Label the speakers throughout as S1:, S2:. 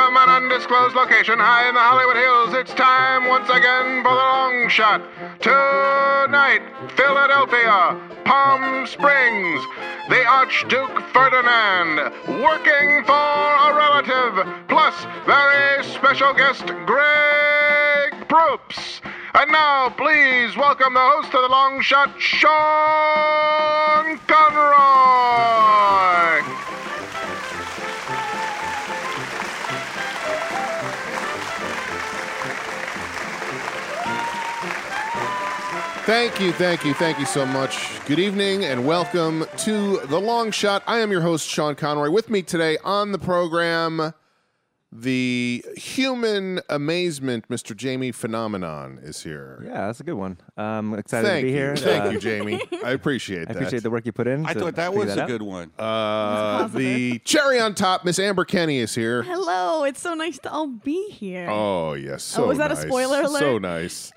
S1: undisclosed location high in the Hollywood Hills. It's time once again for the long shot. Tonight, Philadelphia, Palm Springs, the Archduke Ferdinand, working for a relative, plus very special guest Greg Proops. And now, please welcome the host of the long shot, Sean Conroy.
S2: Thank you, thank you, thank you so much. Good evening and welcome to The Long Shot. I am your host, Sean Conroy. With me today on the program, the human amazement, Mr. Jamie Phenomenon is here.
S3: Yeah, that's a good one. Um, excited to
S2: Thank
S3: be
S2: you.
S3: here.
S2: Thank
S3: Uh,
S2: you, Jamie. I appreciate
S3: I
S2: that.
S3: appreciate the work you put in.
S4: I
S3: to
S4: thought that
S3: figure
S4: was a
S3: out.
S4: good one.
S2: Uh, the cherry on top, Miss Amber Kenny is here.
S5: Hello, it's so nice to all be here.
S2: Oh yes, so
S5: Oh, was that a
S2: nice.
S5: spoiler alert?
S2: So nice.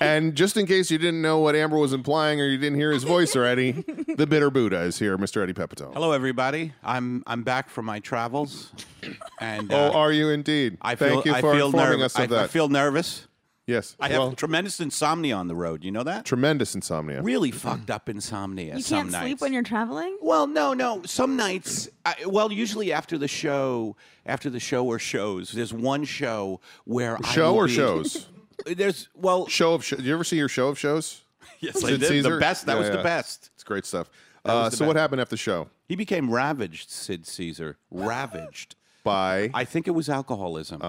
S2: and just in case you didn't know what Amber was implying, or you didn't hear his voice already, the bitter Buddha is here, Mr. Eddie Pepitone.
S4: Hello, everybody. I'm I'm back from my travels, and
S2: Oh,
S4: uh,
S2: are you indeed?
S4: I feel
S2: Thank you
S4: I
S2: for
S4: feel
S2: informing
S4: nerv-
S2: us of
S4: I,
S2: that.
S4: I feel nervous.
S2: yes,
S4: I have
S2: well,
S4: tremendous insomnia on the road. You know that?
S2: tremendous insomnia.
S4: really fucked up insomnia.
S5: you
S4: some
S5: can't
S4: nights.
S5: sleep when you're traveling?
S4: Well, no, no. Some nights, I, well, usually after the show, after the show or shows, there's one show where I
S2: Show
S4: will
S2: or
S4: be-
S2: shows?
S4: There's well,
S2: show of show. You ever see your show of shows?
S4: yes, I
S2: Sid
S4: did.
S2: Caesar?
S4: the best. That
S2: Yeah,
S4: was
S2: yeah.
S4: the best.
S2: It's great stuff.
S4: That was
S2: Uh,
S4: the
S2: so what
S4: best.
S2: happened after the show?
S4: He became ravaged, Sid Caesar. Ravaged.
S2: By
S4: I think it was alcoholism.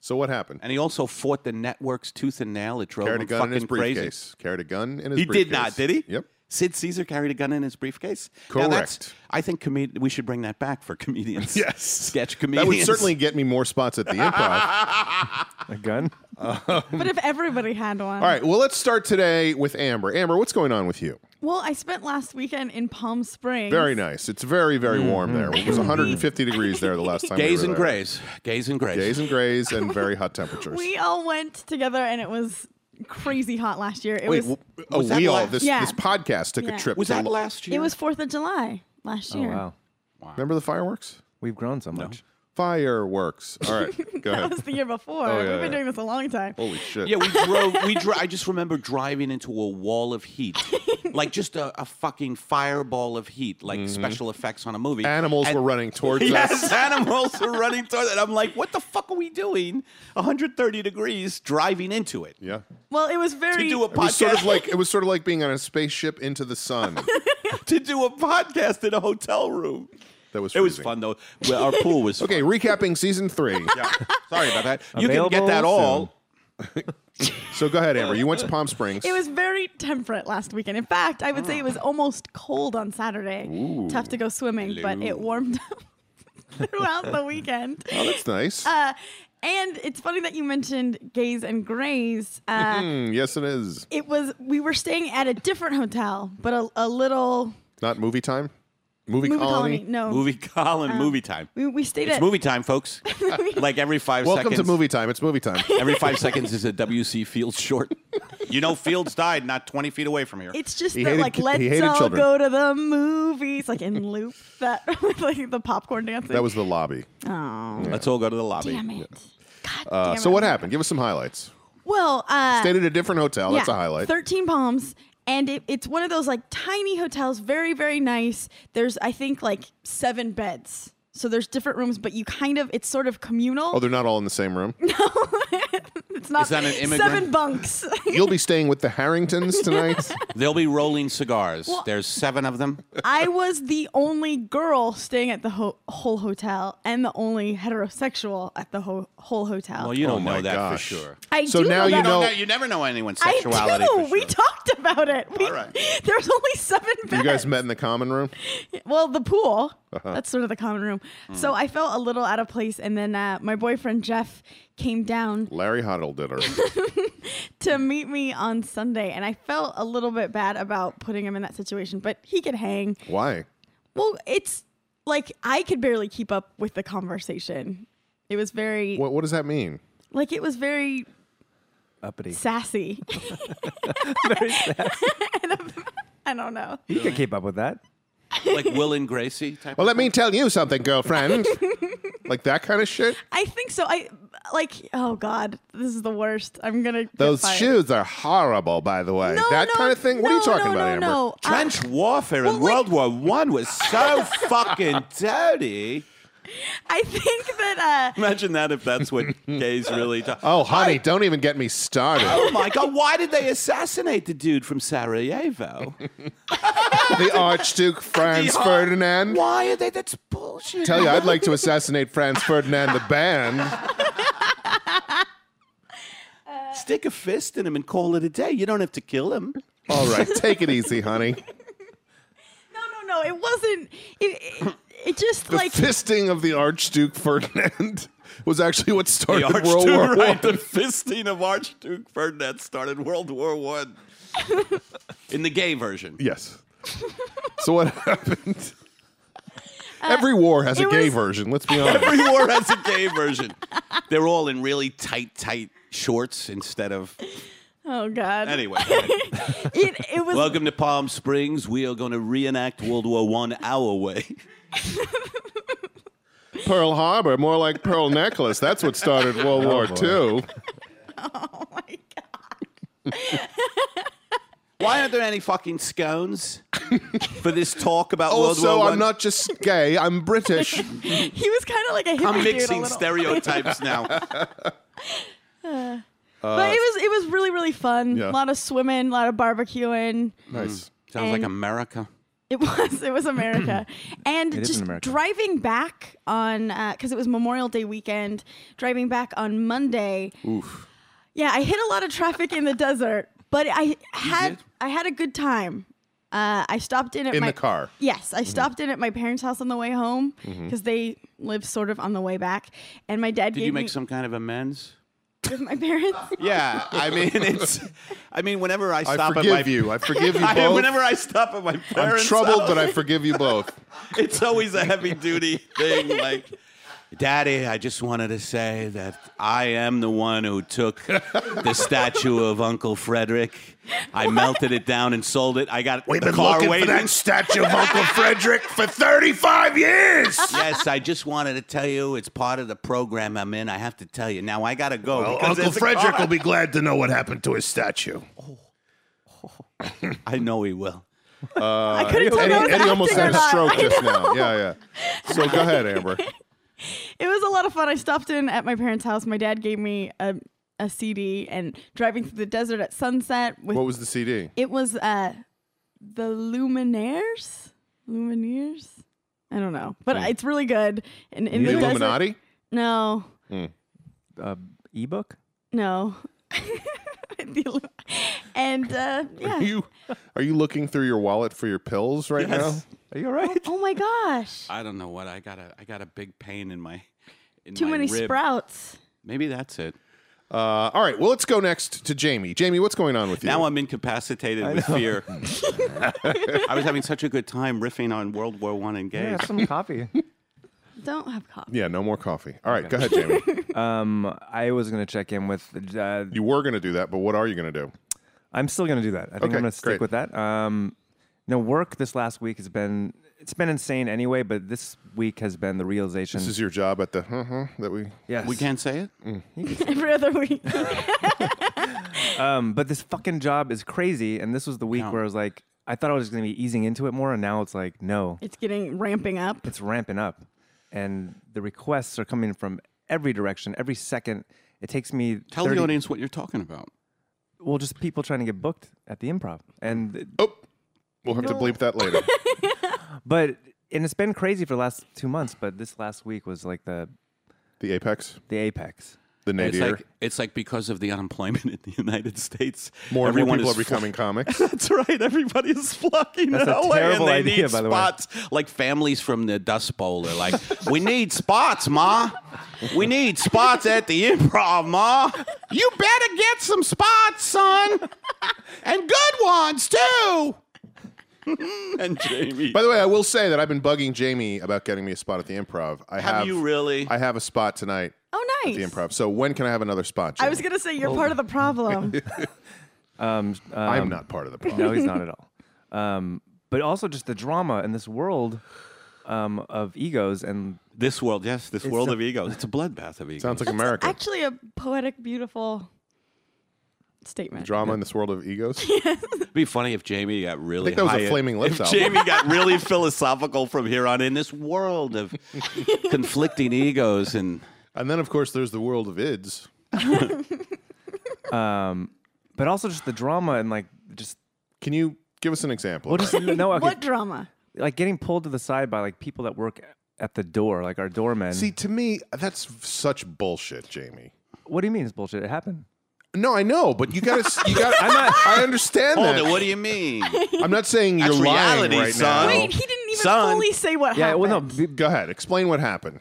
S2: so what happened?
S4: And he also fought the networks tooth and nail. It drove
S2: Carried a
S4: him
S2: gun
S4: fucking
S2: in his
S4: crazy.
S2: briefcase. Carried a gun in his.
S4: He
S2: briefcase.
S4: did not, did he?
S2: Yep.
S4: Sid Caesar carried a gun in his briefcase. Now, that's-
S2: Correct.
S4: I think comed- we should bring that back for comedians.
S2: Yes.
S4: sketch
S2: That
S4: comedians.
S2: would certainly get me more spots at the improv.
S3: A gun?
S5: But if everybody had one.
S2: All right, well, let's start today with Amber. Amber, what's going on with you?
S5: Well, I spent last weekend in Palm Springs.
S2: Very nice. It's very, very warm there. It was 150 degrees there the last time. we
S4: Mm-hmm. Gays
S2: were
S4: and
S2: there.
S4: grays. Gays and grays.
S2: Days and grays and very hot temperatures.
S5: We all went together and it was crazy hot last year. It
S4: Wait,
S5: was
S4: w-
S2: oh,
S4: was that
S2: we all,
S4: last-
S2: this,
S5: Yeah.
S2: this podcast took a
S5: Yeah.
S2: trip.
S4: was
S2: to
S4: that
S2: Lo-
S4: last year?
S5: it was 4th of July last
S3: Oh,
S5: year.
S3: wow.
S2: Remember the fireworks?
S3: We've grown so much.
S2: Fireworks. All right, go
S5: That
S2: ahead.
S5: was the year before.
S2: Oh, yeah,
S5: We've been
S2: yeah. Oh.
S5: doing this a long time.
S2: Holy shit.
S4: Yeah, we drove. We dro- I just remember driving into a wall of heat, like just a, a fucking fireball of heat, like special effects on a movie.
S2: Mm-hmm. Animals
S4: And-
S2: were running towards us.
S4: Yes, animals are running towards it. I'm like, what the fuck are we doing? 130 degrees driving into it
S2: Yeah.
S5: Well, it was very
S4: to do a
S2: It was sort
S4: podcast.
S2: of like it was sort of like being on a spaceship into the sun.
S4: to do a podcast in a hotel room.
S2: That was
S4: It was
S2: freezing.
S4: fun though. Well, our pool was
S2: Okay, recapping season three.
S4: Fun. Sorry about that. You can
S3: Available
S4: get that all.
S2: So go ahead, Amber. You went to Palm Springs.
S5: It was very temperate last weekend. In fact, I would say it
S2: Ah.
S5: was almost cold on Saturday. Tough to go swimming, but it warmed up throughout the weekend.
S2: oh, that's nice.
S5: Uh, and it's funny that you mentioned gays and grays. Uh,
S2: Mm, yes, it is.
S5: It was we were staying at a different hotel, but a, a little
S2: Not movie time. Movie,
S5: movie
S2: colony.
S5: colony. No,
S4: Movie Colin, movie time.
S5: Um, we, we stayed
S4: It's
S5: at
S4: movie time, folks. like every five
S2: Welcome
S4: seconds.
S2: to movie time. It's movie time.
S4: Every five seconds is a W.C. Fields short. You know, Fields died not 20 feet away from here.
S5: It's just
S2: He
S5: that
S2: hated
S5: like
S2: ki-
S5: let's
S2: he hated
S5: all
S2: children.
S5: go to the movies, like in loop that with like the popcorn dancing.
S2: that was the lobby.
S4: Let's all go to the lobby.
S5: damn it. God
S2: Uh,
S5: damn
S2: so
S5: it.
S2: what happened? Give us some highlights.
S5: Well, uh,
S2: Stayed at a different hotel. That's a
S5: Yeah,
S2: highlight.
S5: 13 Palms. And it, it's one of those like tiny hotels, very, very nice. There's, I think, like seven beds. So there's different rooms, but you kind of, it's sort of communal.
S2: oh, they're not all in the same room.
S5: it's not
S4: Is that an immigrant?
S5: seven bunks.
S2: You'll be staying with the Harringtons tonight.
S4: They'll be rolling cigars. There's seven of them.
S5: I was the only girl staying at the ho- whole hotel and the only heterosexual at the ho- whole hotel.
S4: Well, you
S2: Oh
S4: don't
S2: my
S4: know that
S2: gosh.
S4: for sure.
S5: I
S2: so
S5: do
S2: now you
S5: that-
S2: know-
S4: No, you never know anyone's
S5: I
S4: sexuality.
S5: do.
S4: for
S5: We
S4: sure.
S5: talked about it. We,
S4: All right.
S5: There's only seven beds.
S2: you guys met in the common room.
S5: Well, the pool.
S4: Uh-huh.
S5: That's sort of the common room.
S4: Hmm.
S5: So I felt a little out of place. And then uh, my boyfriend Jeff came down
S2: Larry Hoddle did her.
S5: to meet me on Sunday. And I felt a little bit bad about putting him in that situation, but he could hang.
S2: Why?
S5: Well, it's like I could barely keep up with the conversation. It was very,
S2: What, what does that mean?
S5: like, it was very
S3: Uppity.
S5: sassy.
S3: Very sad.
S5: I don't know.
S3: You could keep up with that.
S4: like Will and Gracie type.
S2: Well, let me tell you something, girlfriend. like that kind of shit.
S5: I think so. I like. Oh God, this is the worst. I'm gonna. get
S2: Those
S5: fired.
S2: shoes are horrible, by the way.
S5: No,
S2: that
S5: no,
S2: kind of thing. What are you
S5: no,
S2: talking
S5: no,
S2: about,
S5: no,
S2: Amber?
S5: No. I-
S4: Trench warfare in
S5: Well, like-
S4: World War One was so fucking dirty.
S5: I think that. Uh,
S4: Imagine that if that's what gays really talk.
S2: Oh, honey, don't even get me started.
S4: Oh my God! Why did they assassinate the dude from Sarajevo?
S2: the Archduke Franz
S4: The-
S2: Ferdinand.
S4: Why are they? That's bullshit.
S2: Tell you, I'd like to assassinate Franz Ferdinand the band.
S4: Stick a fist in him and call it a day. You don't have to kill him.
S2: All right, take it easy, honey.
S5: uh, no, no, no. It wasn't. It. it it just
S2: The
S5: like
S2: fisting of the Archduke Ferdinand was actually what started
S4: The
S2: World War
S4: Archduke,
S2: One.
S4: right? The fisting of Archduke Ferdinand started World War One. In the gay version.
S2: Yes. So what happened? Every war has a
S5: Uh, it
S2: gay
S5: was-
S2: version. Let's be honest.
S4: Every war has a gay version. They're all in really tight, tight shorts instead of.
S5: oh god.
S4: Anyway,
S5: It it was
S4: welcome to Palm Springs. We are going to reenact World War One our way.
S2: Pearl Harbor, more like Pearl Necklace. That's what started World War II.
S5: oh my god.
S4: Why aren't there any fucking scones for this talk about World
S2: Also,
S4: War One?
S2: I'm not just gay. I'm British.
S5: He was kind of like a hippie
S4: I'm
S5: dude a
S4: mixing
S5: little.
S4: stereotypes now.
S5: but it was it was really really fun. A
S2: Yeah.
S5: lot of swimming, a lot of barbecuing.
S2: nice.
S4: Sounds like
S5: And-
S4: America.
S5: It was. It was America. and
S3: It is
S5: just
S3: in America.
S5: driving back on, because it was Memorial Day weekend, driving back on Monday. Yeah, I hit a lot of traffic in the desert, but I had
S4: did?
S5: I had a good time. Uh, I stopped in at
S2: In
S5: my
S2: the car.
S5: Yes, I stopped in at my parents' house on the way home because they live sort of on the way back, and my dad
S4: Did
S5: gave
S4: you make
S5: me
S4: some kind of amends?
S5: with my parents.
S4: Yeah, I mean it's. I mean, whenever I
S2: I
S4: stop at my,
S2: forgive you. I forgive you
S4: I-
S2: both.
S4: whenever I stop at my
S2: I'm
S4: parents'
S2: troubled, but
S4: house,
S2: I forgive you both.
S4: it's always a heavy duty thing. Like, Daddy, I just wanted to say that I am the one who took the statue of Uncle Frederick. I melted it down and sold it. I got the car waiting.
S2: statue of Uncle Frederick for 35 years.
S4: Yes, I just wanted to tell you it's part of the program I'm in. I have to tell you. Now I gotta go. because there's a car.
S2: be glad to know what happened to his statue.
S4: I know he will.
S5: I couldn't tell
S2: Eddie,
S5: that was
S2: Eddie almost
S5: acting or
S2: had a
S5: not.
S2: stroke just now. Yeah, yeah. So go ahead, Amber.
S5: it was a lot of fun. I stopped in at my parents' house. My dad gave me a, a CD and driving through the desert at sunset with
S2: What was the CD?
S5: it was uh the Luminaires? Lumineers? I don't know. But it's really good. And in
S2: Hmm. The
S5: the desert-
S2: Illuminati?
S5: No.
S3: Uh, ebook.
S5: No. The Illu- and uh
S2: Are
S5: yeah.
S2: you are you looking through your wallet for your pills right
S4: Yes.
S3: Are you all right?
S5: Oh my gosh.
S4: I don't know what I got. A, I got a big pain in my. In
S5: Too
S4: my
S5: many
S4: rib.
S5: sprouts.
S4: Maybe that's it.
S2: now? Uh, all right. Well, let's go next to Jamie. Jamie, what's going on with you?
S4: Now I'm incapacitated with fear. I was having such a good time riffing on World War One and
S3: Yeah,
S4: gays.
S3: have some coffee.
S5: Don't have coffee.
S2: yeah, no more coffee. All right, go ahead, Jamie.
S3: Um, I was gonna check in with. Uh,
S2: you were going to do that, but what are you going to do?
S3: I'm still gonna do that. I think
S2: Okay,
S3: I'm gonna stick
S2: great.
S3: with that. Um, no work this last week has been. It's been insane anyway, but this week has been the realization.
S2: This is your job at the uh-huh, that we
S3: yes,
S4: We can't say it.
S2: Mm,
S5: Every other week.
S3: Um, but this fucking job is crazy, and this was the week where I was like, I thought I was gonna be easing into it more, and now it's like, no,
S5: it's getting ramping up.
S3: it's ramping up, and the requests are coming from every direction, every second. It takes me
S4: Tell
S3: 30
S4: the audience what you're talking about.
S3: Well, just people trying to get booked at the improv, and
S2: Oh, we'll have to bleep that later.
S3: but and it's been crazy for the last two months, but this last week was like the
S2: the apex,
S3: the apex.
S2: the
S4: It's
S2: nadir.
S4: like it's like because of the unemployment in the United States,
S2: more and more
S4: everyone
S2: people are
S4: is fl-
S2: becoming comics.
S4: That's right. Everybody is flocking
S3: That's
S4: to
S3: a
S4: LA
S3: terrible
S4: and they
S3: idea,
S4: need
S3: by the way.
S4: spots. Like families from the Dust Bowl are like, we need spots, Ma. We need spots at the improv, Ma. You better get some spots, son. And good ones, too. and Jamie.
S2: By the way, I will say that I've been bugging Jamie about getting me a spot at the improv. I have,
S4: have you really?
S2: I have a spot tonight
S5: Oh
S2: at
S5: nice.
S2: the improv. Oh. So when can I have another spot?
S5: I was
S2: Jamie?
S5: gonna say you're part of the problem.
S3: Um, uh,
S2: I'm not part of the problem.
S3: no, he's not at all. Um, but also just the drama in this world um, of egos and
S4: This world, yes, this world
S3: a-
S4: of egos. It's a bloodbath of egos.
S2: Sounds like
S5: That's
S2: America.
S5: Actually, a poetic, beautiful statement.
S2: Drama in this world of egos.
S4: It'd be funny if Jamie got really.
S2: think that was a
S4: high-
S2: Flaming Lips
S4: If
S2: album.
S4: Jamie got really philosophical from here on in this world of conflicting egos and
S2: and then, of course, there's the world of ids.
S3: but also just the drama and like just
S2: Can you give us an example?
S3: well
S2: of
S3: just
S2: that?
S3: no okay,
S5: What drama?
S3: like getting pulled to the side by like people that work at the door like our doormen.
S2: See, to me, that's such bullshit, Jamie.
S3: what do you mean it's bullshit? It happened.
S2: No, I know, but you gotta, you gotta.
S3: I'm not-
S2: I understand
S4: hold
S2: that.
S4: it. What do you mean?
S2: I'm not saying you're
S4: That's
S2: lying
S4: reality,
S2: right
S4: son.
S2: now.
S5: Wait, he didn't even
S4: Son.
S5: fully say what
S3: Yeah,
S5: happened.
S3: well no, b-
S2: Go ahead, explain what happened.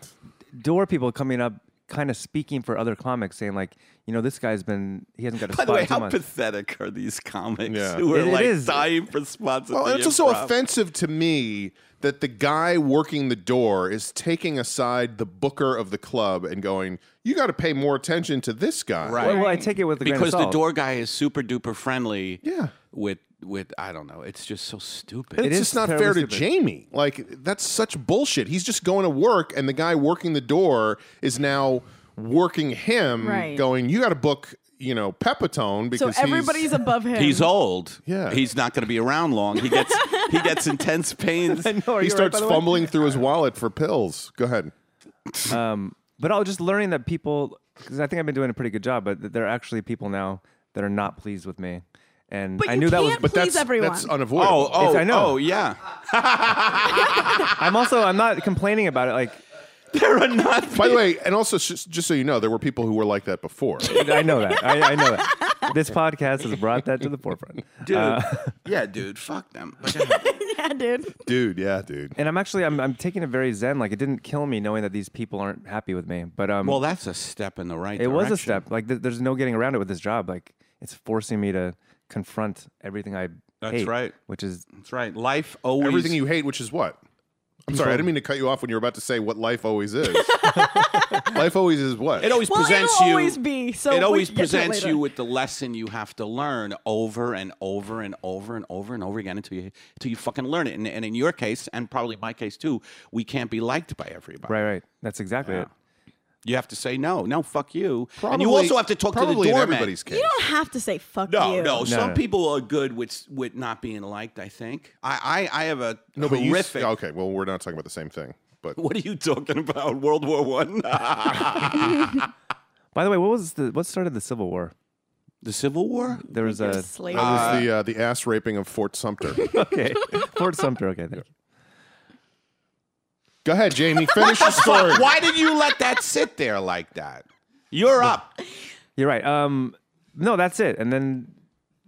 S3: door people coming up kind of speaking for other comics saying like, you know, this guy's been he hasn't got a
S4: By
S3: spot
S4: the way,
S3: in two
S4: how
S3: months.
S4: pathetic are these comics
S2: Yeah.
S4: who are
S3: It- it
S4: like
S3: is.
S4: dying for spots? at
S2: Well,
S4: the
S2: and it's also
S4: improv?
S2: offensive to me that the guy working the door is taking aside the booker of the club and going, "You got to pay more attention to this guy."
S4: Right.
S3: Well, well, I take it with a grain of
S4: because the
S3: salt.
S4: door guy is super duper friendly.
S2: Yeah.
S4: With with I don't know. It's just so stupid.
S2: It's
S3: is
S2: just not
S3: terribly
S2: fair to
S3: stupid.
S2: Jamie. Like that's such bullshit. He's just going to work, and the guy working the door is now working him,
S5: Right.
S2: going, "You got to book, you know, Pepitone
S5: so
S2: because
S5: everybody's
S2: he's,
S5: above him.
S4: He's old.
S2: Yeah.
S4: He's not going to be around long. He gets he gets intense pains.
S3: I know, are
S2: he
S3: you all right,
S2: starts
S3: by the way?
S2: fumbling through his wallet for pills." Go ahead.
S3: But I was just learning that people, because I think I've been doing a pretty good job, but that there are actually people now that are not pleased with me. And
S5: But
S3: I
S5: you
S3: knew that was,
S5: can't
S2: But that's
S5: Please, everyone.
S2: that's
S4: Oh,
S2: unavoidable.
S4: oh,
S3: I know.
S4: oh, yeah.
S3: I'm also, I'm not complaining about it. Like,
S4: There are not.
S2: By the way, and also just, just so you know, there were people who were like that before.
S3: I know that. I, I know that. This podcast has brought that to the forefront.
S4: Dude. Uh, yeah, dude. Fuck them.
S5: yeah, dude.
S2: dude, yeah, dude.
S3: And I'm actually, I'm, I'm taking it very zen. Like, it didn't kill me knowing that these people aren't happy with me. But um,
S4: well, that's a step in the right
S3: it was a step. Like, th- there's no getting around it with this job. Like, it's forcing me to confront everything I
S4: That's
S3: hate,
S4: right.
S3: Which is
S4: That's right. Life always.
S2: Everything you hate, which is what? I'm sorry, I didn't mean to cut you off when you were about to say what life always is. life always is what?
S4: It always
S5: Well,
S4: presents
S5: it'll
S4: you.
S5: always be. So
S4: it always
S5: we can get to it
S4: presents
S5: later.
S4: you with the lesson you have to learn over and over and over and over and over again until you until you fucking learn it. And, and in your case, and probably my case too, we can't be liked by everybody.
S3: right, right. That's exactly it.
S4: You have to say no, no, fuck you, and you also have to talk to the
S2: probably in
S4: doorman.
S2: everybody's case.
S5: You don't have to say fuck
S4: No,
S5: you.
S4: no. Some
S3: no.
S4: people are good with with not being liked. I think I I, I have a
S2: no, but you. s- oh.
S4: horrific.
S2: Okay, well, we're not talking about the same thing. But
S4: What are you talking about? World War One,
S3: By the way, what was the, what started the Civil War?
S4: the Civil War.
S3: There was
S5: You're
S3: a,
S5: slave.
S2: that was the uh, the ass raping of Fort Sumter.
S3: okay. Fort Sumter. Okay, thank you.
S2: Go ahead, Jamie. Finish your story.
S4: Why did you let that sit there like that? You're up.
S3: You're right. Um, no, that's it. And then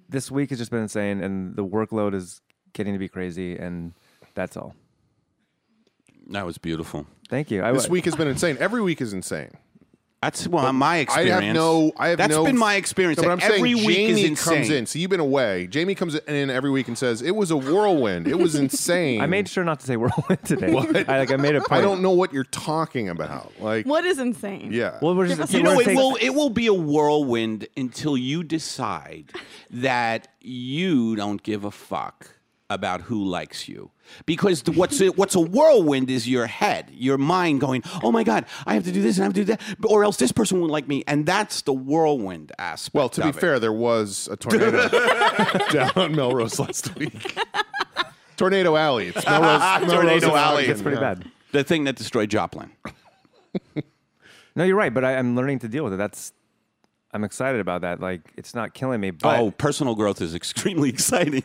S3: this week has just been insane, and the workload is getting to be crazy, and that's all.
S4: That was beautiful.
S3: Thank you. I,
S2: This week has been insane. Every week is insane.
S4: That's well, my experience.
S2: I have no. I have
S4: That's
S2: no.
S4: been my experience.
S2: No, but
S4: that
S2: I'm
S4: every
S2: saying
S4: week
S2: Jamie
S4: is insane.
S2: comes in. So you've been away. Jamie comes in every week and says it was a whirlwind. It was insane.
S3: I made sure not to say whirlwind today. I like I made a point.
S2: I don't know what you're talking about. Like,
S5: What is insane?
S2: yeah.
S3: Well, we're just
S4: You know,
S3: we're
S4: it
S3: taking-
S4: will it will be a whirlwind until you decide that you don't give a fuck about who likes you. Because the, what's a, what's a whirlwind is your head, your mind going, "Oh my god, I have to do this and I have to do that, or else this person won't like me." And that's the whirlwind aspect.
S2: well, to be
S4: of it.
S2: fair, there was a tornado down on Melrose last week. tornado Alley. It's Melrose, Melrose
S4: Tornado
S2: and
S4: Alley.
S2: Ogden,
S3: It's pretty
S2: yeah.
S3: bad.
S4: the thing that destroyed Joplin.
S3: No, you're right. But I, I'm learning to deal with it. That's I'm excited about that. Like it's not killing me. But
S4: oh, personal growth is extremely exciting.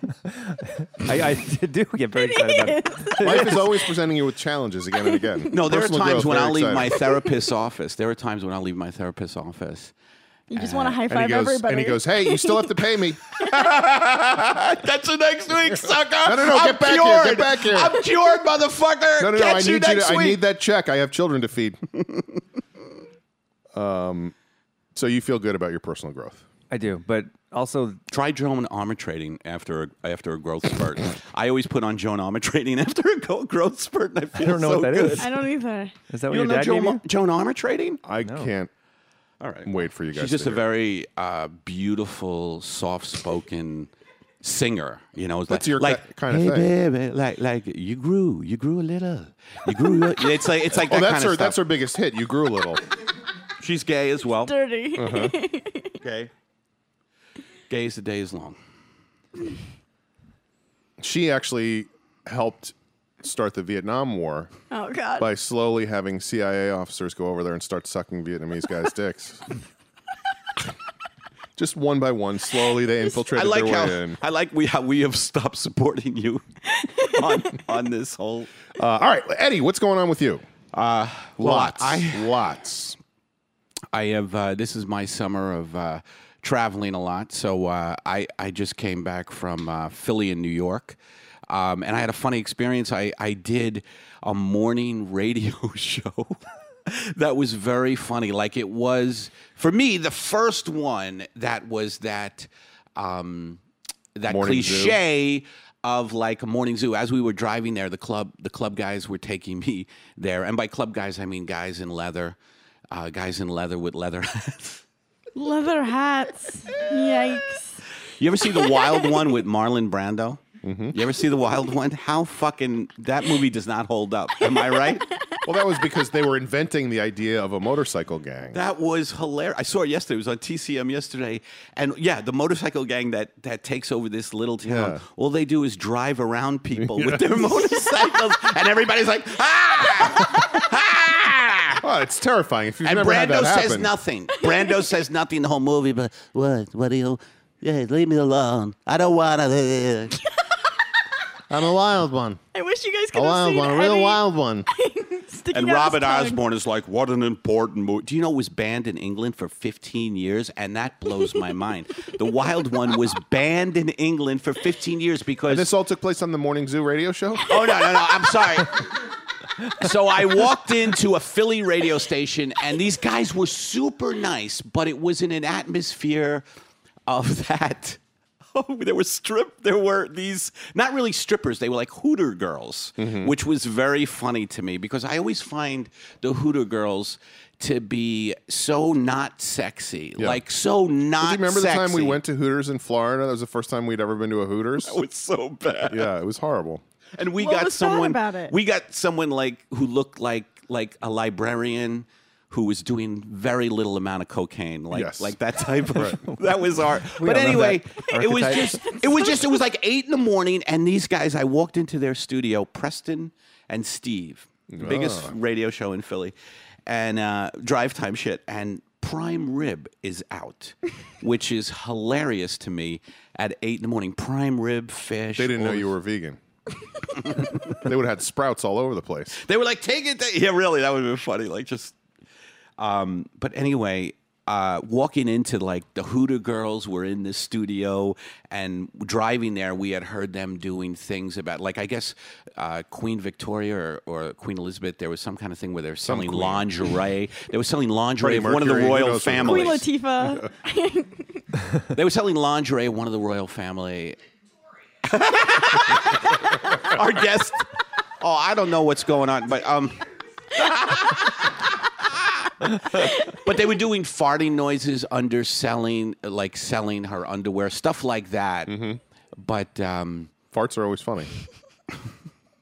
S3: I, I do get very excited about it.
S2: Life is always presenting you with challenges again and again.
S4: No, there
S2: Personal
S4: are times
S2: growth,
S4: when
S2: very
S4: I'll leave my
S2: exciting.
S4: therapist's office. There are times when I'll leave my therapist's office.
S5: You just want to high
S2: And he
S5: five
S2: goes,
S5: everybody.
S2: and he goes, hey, you still have to pay me.
S4: That's the next week, sucker.
S2: No, no, no,
S4: I'm
S2: get back here,
S4: cured.
S2: get back here.
S4: I'm cured, motherfucker.
S2: No, no, no.
S4: Catch
S2: I need
S4: you
S2: you.
S4: next
S2: to, I
S4: week.
S2: need that check. I have children to feed. um, so you feel good about your personal growth.
S3: I do, but also
S4: Try drone armor trading after a, after a growth spurt. I always put on Joan armor trading after a go- growth spurt, and I feel
S3: don't know
S4: so
S3: what that
S4: good.
S3: is.
S5: I don't either.
S3: is that what
S4: You
S3: your
S4: don't know
S3: dad gave
S4: Joan,
S3: you?
S4: Joan armor trading?
S2: I can't
S4: All right.
S2: wait for you guys.
S4: She's just
S2: to
S4: a
S2: hear.
S4: very uh, beautiful, soft spoken, singer. You know, it's like,
S2: That's your
S4: like
S2: ki- kind of
S4: hey,
S2: thing."
S4: baby, like like you grew, you grew a little, you grew. a-" it's like it's like
S2: Oh,
S4: that
S2: that's
S4: kind
S2: her.
S4: of stuff.
S2: That's her biggest hit. You grew a little.
S4: She's gay as well.
S5: Dirty.
S4: Uh-huh. Okay, gay as the day is long.
S2: she actually helped start the Vietnam War
S5: oh God.
S2: by slowly having CIA officers go over there and start sucking Vietnamese guys' dicks. Just one by one, slowly they
S4: I
S2: infiltrated
S4: like
S2: their
S4: how
S2: way in.
S4: I like we how we have stopped supporting you on on this whole
S2: Uh, all right, Eddie, what's going on with you?
S4: uh,
S2: Lots,
S4: I
S2: lots.
S4: I have uh, this is my summer of uh, traveling a lot, so uh, I I just came back from uh, Philly in New York, um, and I had a funny experience. I I did a morning radio show. That was very funny. Like it was for me the first one that was that um, that
S2: Morning zoo.
S4: cliche day of like a morning zoo as we were driving there the club the club guys were taking me there and by club guys i mean guys in leather uh, guys in leather with leather hats.
S5: Leather hats. Yikes.
S4: you ever see the wild one with marlon brando you ever see the wild one how fucking that movie does not hold up am i right
S2: Well, that was because they were inventing the idea of a motorcycle gang.
S4: That was hilarious. I saw it yesterday. It was on TCM yesterday. And yeah, the motorcycle gang that that takes over this little town.
S2: Yeah.
S4: All they do is drive around people with their motorcycles, and everybody's like, ah, ah.
S2: Oh, it's terrifying. If you've
S4: And
S2: never had
S4: Brando
S2: that happen,
S4: says nothing. Brando says nothing the whole movie. But what? What do you? Yeah, leave me alone. I don't want to.
S2: I'm a wild one.
S5: I wish you guys could have seen Eddie
S2: one.
S5: sticking
S4: And
S5: out his
S4: Robert
S5: tongue.
S4: Osborne is like, what an important movie. Do you know it was banned in England for 15 years? And that blows my mind. The Wild One was banned in England for 15 years because.
S2: This all took place on the Morning Zoo radio show.
S4: oh, no, no, no. I'm sorry. So I walked into a Philly radio station, and these guys were super nice, but it was in an atmosphere of that. Oh, there were strip. There were these not really strippers. They were like Hooter girls,
S2: Mm-hmm.
S4: which was very funny to me because I always find the Hooter girls to be so not sexy, like so
S2: Do
S4: not.
S2: you remember the time we
S4: sexy.
S2: went to Hooters in Florida? That was the first time we'd ever been to a Hooters.
S4: It was so bad.
S2: yeah, it was horrible.
S4: and we
S5: What
S4: got
S5: was bad
S4: someone
S5: about it?
S4: we got someone like who looked like like a librarian who was doing very little amount of cocaine like
S2: Yes.
S4: like that type of that was our but
S3: all know
S4: anyway
S3: that
S4: it was
S3: archetype.
S4: just it was just it was like 8 in the morning and these guys I walked into their studio Preston and Steve the
S2: Ah.
S4: biggest radio show in Philly and uh drive time shit and prime rib is out which is hilarious to me at 8 in the morning prime rib fish
S2: They didn't know
S4: all
S2: you were vegan. they would have had sprouts all over the place.
S4: They were like, take it. th- Yeah, really, that would have been funny. Like, just. Um, but anyway, uh, walking into like the Huda girls were in the studio and driving there, we had heard them doing things about like I guess uh, Queen Victoria or, or Queen Elizabeth. There was some kind of thing where they were selling
S2: queen.
S4: lingerie. they were selling lingerie. of
S2: Freddie
S4: One of the
S2: Mercury, who
S4: royal
S2: knows what it
S4: families.
S5: Queen Latifah.
S4: They were selling lingerie, one of the royal family. Our guest. Oh, I don't know what's going on, but um But they were doing farting noises, underselling like selling her underwear, stuff like that. But um
S2: Farts are always funny.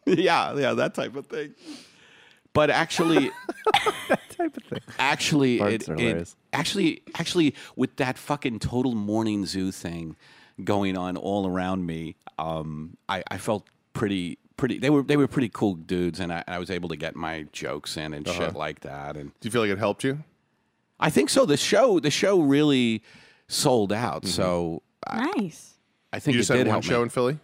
S4: yeah, yeah, that type of thing. But actually
S3: type of thing.
S4: actually
S3: Farts
S4: it,
S3: are
S4: it-
S3: hilarious.
S4: actually actually with that fucking total morning zoo thing going on all around me um i i felt pretty pretty they were they were pretty cool dudes and i, I was able to get my jokes in and shit like that and
S2: Do you feel like it helped you?
S4: i think so the show the show really sold out so I,
S5: nice.
S4: I think
S2: You just
S4: it
S2: had
S4: did
S2: one
S4: help me.
S2: show in Philly.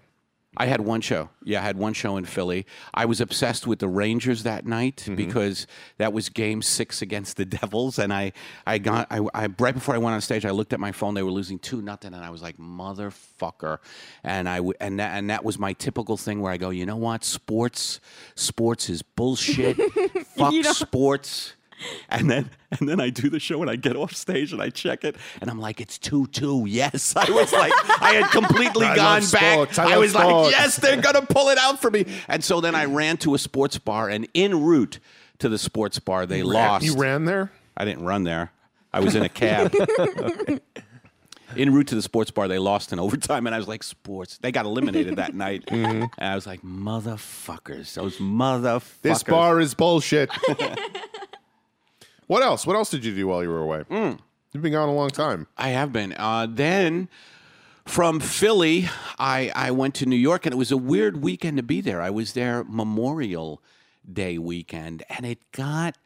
S4: I had one show. Yeah, I had one show in Philly. I was obsessed with the Rangers that night because that was game six against the Devils. And I, I got, I, I, right before I went on stage, I looked at my phone. They were losing 2 nothing, And I was like, motherfucker. And I, w- and that, and that was my typical thing where I go, you know what? Sports, sports is bullshit. Fuck
S5: You don't-
S4: sports. And then and then I do the show and I get off stage and I check it and I'm like it's two two yes I was like I had completely
S2: I
S4: gone
S2: love
S4: back
S2: sports. I
S4: I,
S2: love
S4: was like
S2: sports.
S4: yes they're gonna pull it out for me and so then I ran to a sports bar and en route to the sports bar they lost
S2: You ran there.
S4: I didn't run there I was in a cab en route to the sports bar, they lost in overtime, and I was like, sports. They got eliminated that night,
S2: Mm-hmm.
S4: and I was like, motherfuckers, those motherfuckers.
S2: This bar is bullshit. what else? What else did you do while you were away?
S4: Mm.
S2: You've been gone a long time.
S4: I have been. Uh, then from Philly, I, I went to New York, and it was a weird weekend to be there. I was there Memorial Day weekend, and it got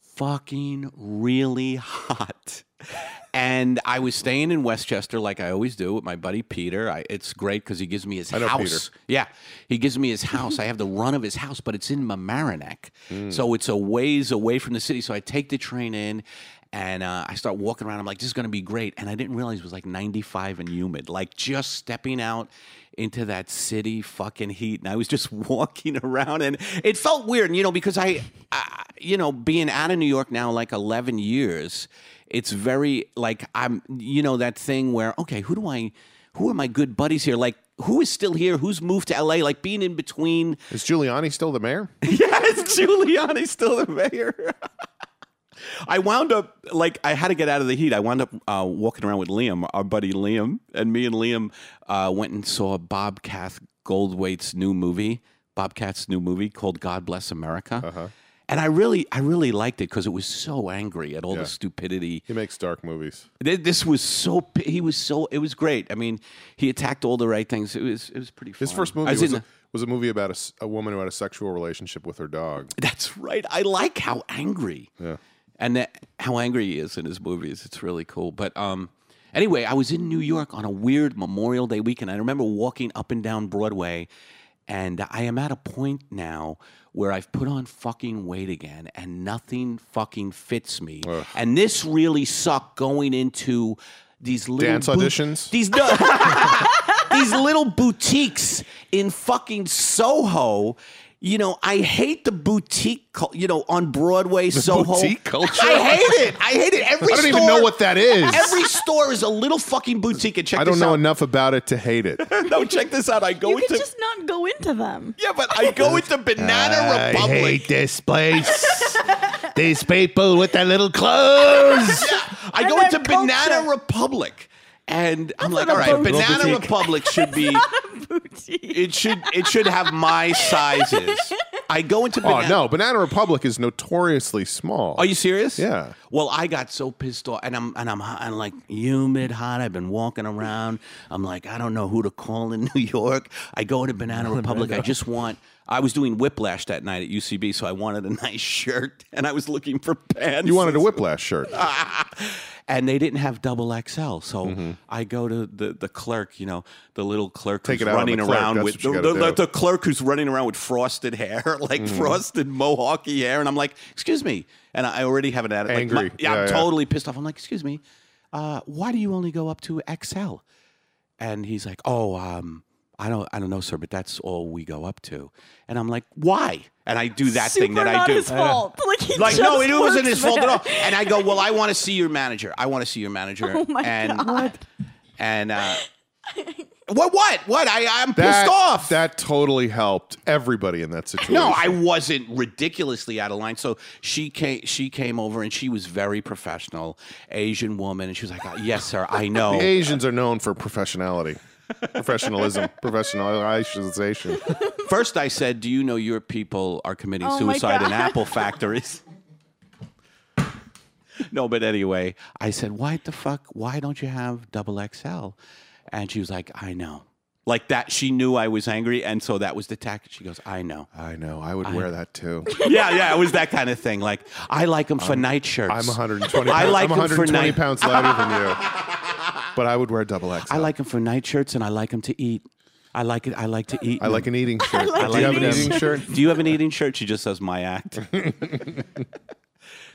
S4: fucking really hot. And I was staying in Westchester like I always do with my buddy Peter. I, it's great because he gives me his
S2: know
S4: house. Yeah, he gives me his house. I have the run of his house, but it's in Mamaroneck, so it's a ways away from the city. So I take the train in, and uh, I start walking around. I'm like, "This is gonna be great," and I didn't realize it was like 95 and humid. Like just stepping out into that city fucking heat, and I was just walking around, and it felt weird, you know, because I, I you know, being out of New York now like 11 years it's very like I'm you know that thing where okay who do I who are my good buddies here like who is still here who's moved to LA like being in between
S2: Is Giuliani still the mayor?
S4: yes Giuliani's still the mayor I wound up like I had to get out of the heat I wound up uh, walking around with Liam our buddy Liam and me and Liam uh, went and saw Bob Cath Goldwaite's new movie Bobcat's new movie called God Bless America and I really I really liked it because it was so angry at all
S2: Yeah.
S4: the stupidity
S2: He makes dark movies.
S4: Th- This was so. p- He was so. It was great. I mean, he attacked all the right things. It was. It was pretty. Fun.
S2: His first
S4: I
S2: movie
S4: was
S2: was,
S4: in
S2: a, was a movie about a s- a, woman who had a sexual relationship with her dog.
S4: the- that's right. I like how angry.
S2: Yeah.
S4: And that, how angry he is in his movies. It's really cool. But um, anyway, I was in New York on a weird Memorial Day weekend. I remember walking up and down Broadway, and I am at a point now where I've put on fucking weight again, and nothing fucking fits me. And this really sucked going into. These little
S2: Dance
S4: boot-
S2: auditions?
S4: These no, these little boutiques in fucking Soho. You know, I hate the boutique. cul- You know, on Broadway, Soho
S2: boutique culture?
S4: I hate it. I hate it. Every
S2: I don't
S4: store,
S2: even know what that is.
S4: Every store is a little fucking boutique. And check
S2: I don't
S4: this
S2: know
S4: out.
S2: enough about it to hate it.
S4: No, check this out. I go
S5: You
S4: into
S5: could just not go into them.
S4: yeah, but I go into Banana Republic.
S2: this place. These people with their little clothes.
S4: Yeah, I go
S5: And
S4: into
S5: their culture.
S4: Banana Republic, and I'm like,
S5: not
S4: all
S5: a
S4: right,
S5: boutique.
S4: Banana
S3: Boutique.
S4: Republic should be.
S5: Boutique.
S4: It should it should have my sizes. I go into
S2: Oh
S4: Banana.
S2: no, Banana Republic is notoriously small.
S4: Are you serious?
S2: Yeah.
S4: Well, I got so pissed off, and I'm and I'm hot, and like humid, hot. I've been walking around. I'm like, I don't know who to call in New York. I go to Banana Republic. I just want. I was doing Whiplash that night at UCB, so I wanted a nice shirt, and I was looking for pants.
S2: You wanted a whiplash shirt.
S4: Ah, and they didn't have double XL. So
S2: Mm-hmm.
S4: I go to the, the clerk, you know, the little clerk
S2: Take
S4: who's
S2: it out on
S4: running
S2: the clerk.
S4: around
S2: That's
S4: with
S2: what you
S4: the,
S2: gotta
S4: the-
S2: do. Mm-hmm.
S4: the clerk who's running around with frosted hair, like frosted mohawky hair. And I'm like, excuse me. And I already have an attitude.
S2: Angry.
S4: yeah,
S2: Yeah,
S4: I'm
S2: yeah.
S4: totally pissed off. I'm like, excuse me, uh, why do you only go up to XL? And he's like, oh, um, I don't, I don't know, sir, but that's all we go up to. And I'm like, why? And I do that
S5: Super
S4: thing that
S5: not
S4: I do
S5: his fault. Like, he
S4: like
S5: just
S4: no, it wasn't
S5: works
S4: his fault at
S5: there.
S4: all. And I go, well, I want to see your manager. I want to see your manager.
S5: Oh my
S4: and,
S5: God.
S4: And uh, what? What? What? I I'm
S2: That,
S4: pissed off.
S2: that totally helped everybody in that situation.
S4: no, I wasn't ridiculously out of line. So she came. She came over and she was very professional, Asian woman, and she was like, "Uh, "Yes, sir, I
S2: The
S4: know."
S2: Asians are known for professionality, professionalism, professionalization.
S4: First, I said, "Do you know your people are committing
S5: Oh my
S4: suicide in
S5: God.
S4: apple factories?" no, but anyway, I said, "Why the fuck? Why don't you have double XL?" And she was like, "I know." Like that, she knew I was angry, and so that was the tactic. She goes, "I know."
S2: I know. I would wear that too.
S4: yeah, yeah, it was that kind of thing. Like I like them for night shirts.
S2: I'm 120.
S4: I
S2: pounds-
S4: like
S2: I'm
S4: him for
S2: 120
S4: night-
S2: pounds lighter than you, but I would wear double XL.
S4: I like them for night shirts, and I like them to eat. I like it. I like to eat.
S2: I like an eating shirt.
S5: like
S2: Do you have
S5: an
S2: an
S5: eating
S2: eating shirt?
S4: Do you have an eating shirt? She just says my act.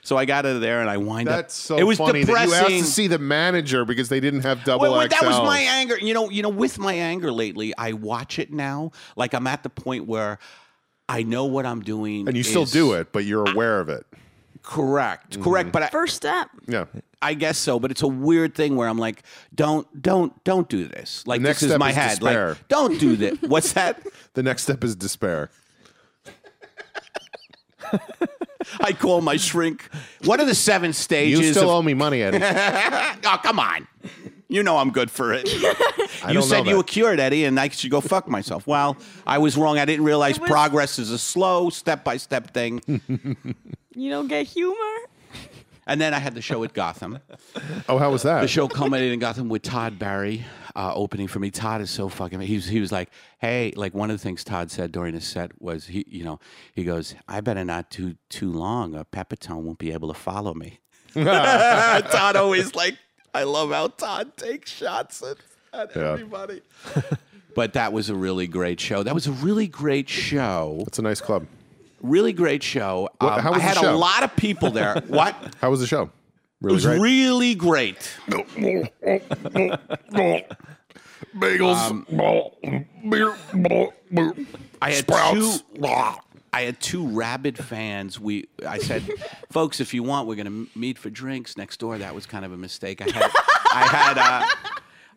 S4: so I got out of there and I wind up.
S2: That's so
S4: It was
S2: funny
S4: depressing.
S2: that you asked to see the manager because they didn't have double
S4: Well, well, that was
S2: XLs.
S4: my anger. You know, you know, with my anger lately, I watch it now. Like I'm at the point where I know what I'm doing,
S2: and you still
S4: is
S2: do it, Mm-hmm. but you're aware of it.
S4: Correct, correct. But I,
S5: First step.
S2: Yeah.
S4: I guess so, but it's a weird thing where I'm like, don't, don't, don't do this. Like
S2: Next
S4: this is
S2: step
S4: my
S2: is
S4: head.
S2: despair.
S4: Like, don't do this. What's that?
S2: The next step is despair.
S4: I call my shrink. What are the seven stages?
S2: You still
S4: of-
S2: owe me money, Eddie.
S4: oh, come on. You know I'm good for it.
S2: know
S4: you said
S2: that.
S4: you were cured, Eddie, and I should go fuck myself. Well, I was wrong. I didn't realize
S5: It was-
S4: progress is a slow, step by step thing.
S2: Hmm.
S5: You don't get humor.
S4: and then I had the show at Gotham.
S2: Oh, how was
S4: The
S2: that?
S4: show culminated in Gotham with Todd Barry uh, opening for me. Todd is so fucking. He was, he was like, hey, like one of the things Todd said during his set was he, you know, he goes, I better not do too long, or Pepitone won't be able to follow me. Todd always like, I love how Todd takes shots at, at
S2: Yeah.
S4: everybody. but that was a really great show. That was a really great show.
S2: It's a nice club.
S4: Really great show. Um,
S2: What- how
S4: I
S2: was the
S4: had a
S2: show?
S4: lot of people there. what?
S2: How was the show?
S4: It
S2: Really
S4: was
S2: great.
S4: really great.
S1: Bagels.
S4: Um,
S1: beer.
S4: I had
S1: Sprouts.
S4: two. I had two rabid fans. We, I said, folks, if you want, we're going to meet for drinks next door. That was kind of a mistake. I had, I had, uh,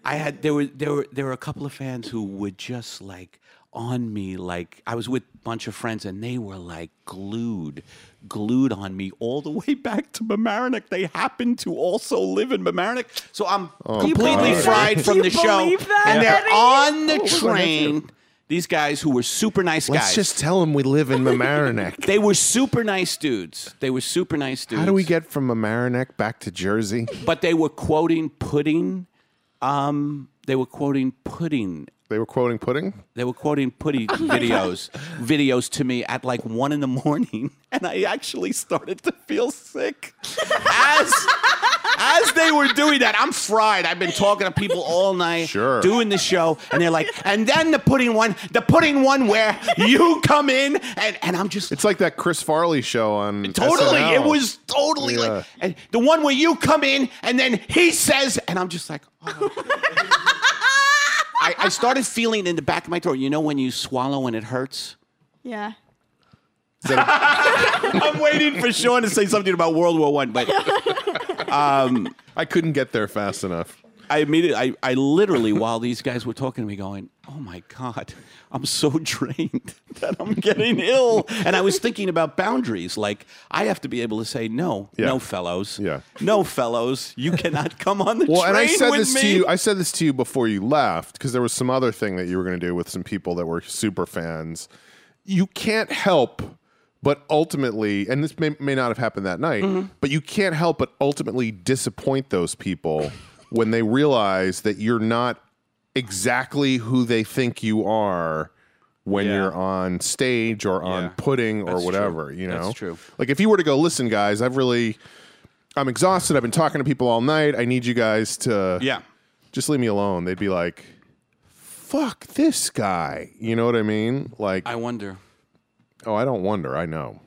S4: I had. There were there were there were a couple of fans who were just like on me. Like I was with a bunch of friends, and they were like glued, glued on me all the way back to Mamaroneck. They happened to also live in Mamaroneck, so I'm completely
S5: Oh, God.
S4: fried
S5: Do
S4: from
S5: you
S4: the show.
S5: believe that,
S4: and they're
S5: Eddie? Oh,
S4: on the
S2: was going on here?
S4: train. These guys who were super nice
S2: Let's
S4: guys.
S2: just tell him we live in Mamaroneck.
S4: They were super nice dudes. They were super nice dudes.
S2: how do we get from Mamaroneck back to Jersey?
S4: But they were quoting pudding. Um, they were quoting pudding.
S2: They were quoting pudding.
S4: They were quoting pudding
S2: Oh
S4: videos, videos to me at like one in the morning, and I actually started to feel sick as as they were doing that. I'm fried. I've been talking to people all night,
S2: Sure.
S4: doing the show, and they're like, and then the pudding one, the pudding one where you come in, and and I'm just
S2: It's like that Chris Farley show on
S4: Totally.
S2: SNL.
S4: It was totally
S2: Yeah.
S4: like and the one where you come in and then he says, and I'm just like, oh. I, I started feeling in the back of my throat. You know when you swallow and it hurts?
S5: Yeah.
S4: I'm waiting for Sean to say something about World War One, but
S2: I couldn't get there fast enough.
S4: I immediately, I, I literally, while these guys were talking to me, going, "Oh my god, I'm so drained that I'm getting ill," and I was thinking about boundaries. Like I have to be able to say no,
S2: Yeah.
S4: no, fellows,
S2: Yeah.
S4: no, fellows, you cannot come on the
S2: Well,
S4: train
S2: and I said
S4: with
S2: this
S4: me.
S2: to you. I said this to you before you left because there was some other thing that you were going to do with some people that were super fans. You can't help but ultimately, and this may, may not have happened that night,
S4: Mm-hmm.
S2: but you can't help but ultimately disappoint those people when they realize that you're not exactly who they think you are when
S4: Yeah.
S2: you're on stage or on
S4: Yeah.
S2: pudding or
S4: That's true.
S2: whatever, you know?
S4: That's true.
S2: Like if you were to go, listen, guys, I've really I'm exhausted. I've been talking to people all night. I need you guys to
S4: Yeah.
S2: just leave me alone. They'd be like, fuck this guy. You know what I mean? Like,
S4: I wonder.
S2: oh, I don't wonder. I know.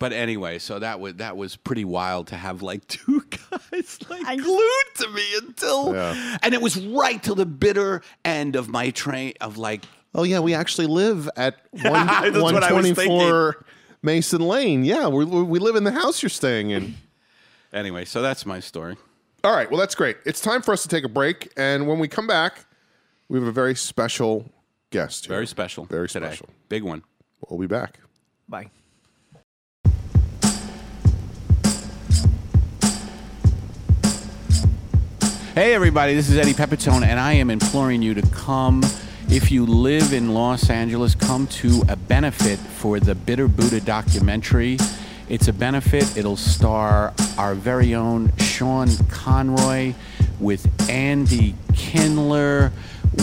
S4: But anyway, so that was that was pretty wild to have like two guys like
S5: I-
S4: glued to me until
S2: Yeah.
S4: and it was right till the bitter end of my train of like
S2: Oh, yeah, we actually live at one,
S4: That's what I was
S2: 124 Mason Lane. Yeah, we, we live in the house you're staying in.
S4: anyway, so that's my story.
S2: All right, well, that's great. It's time for us to take a break. And when we come back, we have a very special guest. Here.
S4: Very special.
S2: Very
S4: today.
S2: special.
S4: Big one.
S2: We'll be back.
S3: Bye.
S4: Hey, everybody, this is Eddie Pepitone, and I am imploring you to come. If you live in Los Angeles, come to a benefit for the Bitter Buddha documentary. It's a benefit. It'll star our very own Sean Conroy with Andy Kindler,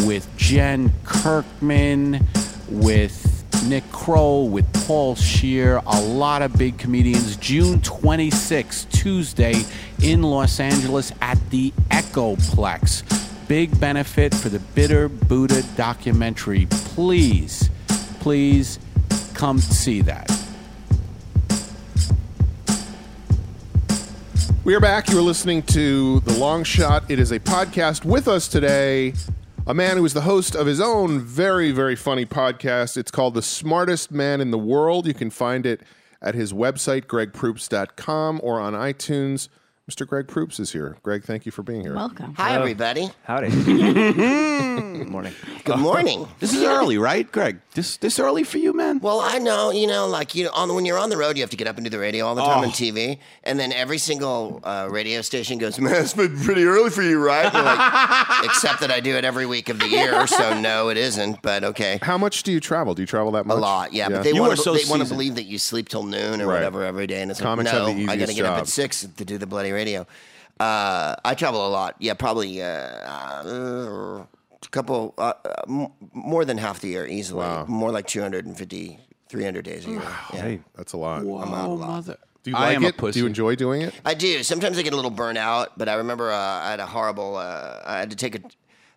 S4: with Jen Kirkman, with Nick Kroll, with Paul Shear, a lot of big comedians. June 26th, Tuesday in Los Angeles at the Echoplex. Big benefit for the Bitter Buddha documentary. Please, please come see that.
S2: We are back. You are listening to The Long Shot. It is a podcast with us today. A man who is the host of his own very, very funny podcast. It's called The Smartest Man in the World. You can find it at his website, gregproops.com, or on iTunes. Mr. Greg Proops is here. Greg, thank you for being here.
S5: Welcome.
S6: Hi, everybody.
S3: Howdy. Good morning.
S6: Good morning.
S4: This is early, right, Greg? This this early for you, man?
S6: Well, I know, you know, like you on when you're on the road, you have to get up and do the radio all the time on TV, and then every single uh, radio station goes, "Man, it's been pretty early for you, right?" And you're like, Except that I do it every week of the year, so no, it isn't. But okay,
S2: How much do you travel? Do you travel that much?
S6: a lot, yeah. But
S2: Yeah.
S6: they
S4: You
S6: want
S4: are
S6: to
S4: so
S6: they want to
S4: seasoned.
S6: believe that you sleep till noon or
S2: Right.
S6: whatever every day, and it's
S2: Comics have
S6: like, no,
S2: the
S6: I got to
S2: easiest
S6: get up
S2: job.
S6: at six to do the bloody radio. Uh, I travel a lot, yeah, probably uh, uh, a couple uh, uh, m- more than half the year easily, more like 250, 300 days a year. yeah.
S3: Hey,
S2: That's a lot.
S4: Wow, mother.
S2: Do you like
S4: I am a
S2: it? Do
S4: pussy.
S2: you enjoy doing it?
S6: I do. Sometimes I get a little burnt out, but I remember uh, I had a horrible. Uh, I had to take a,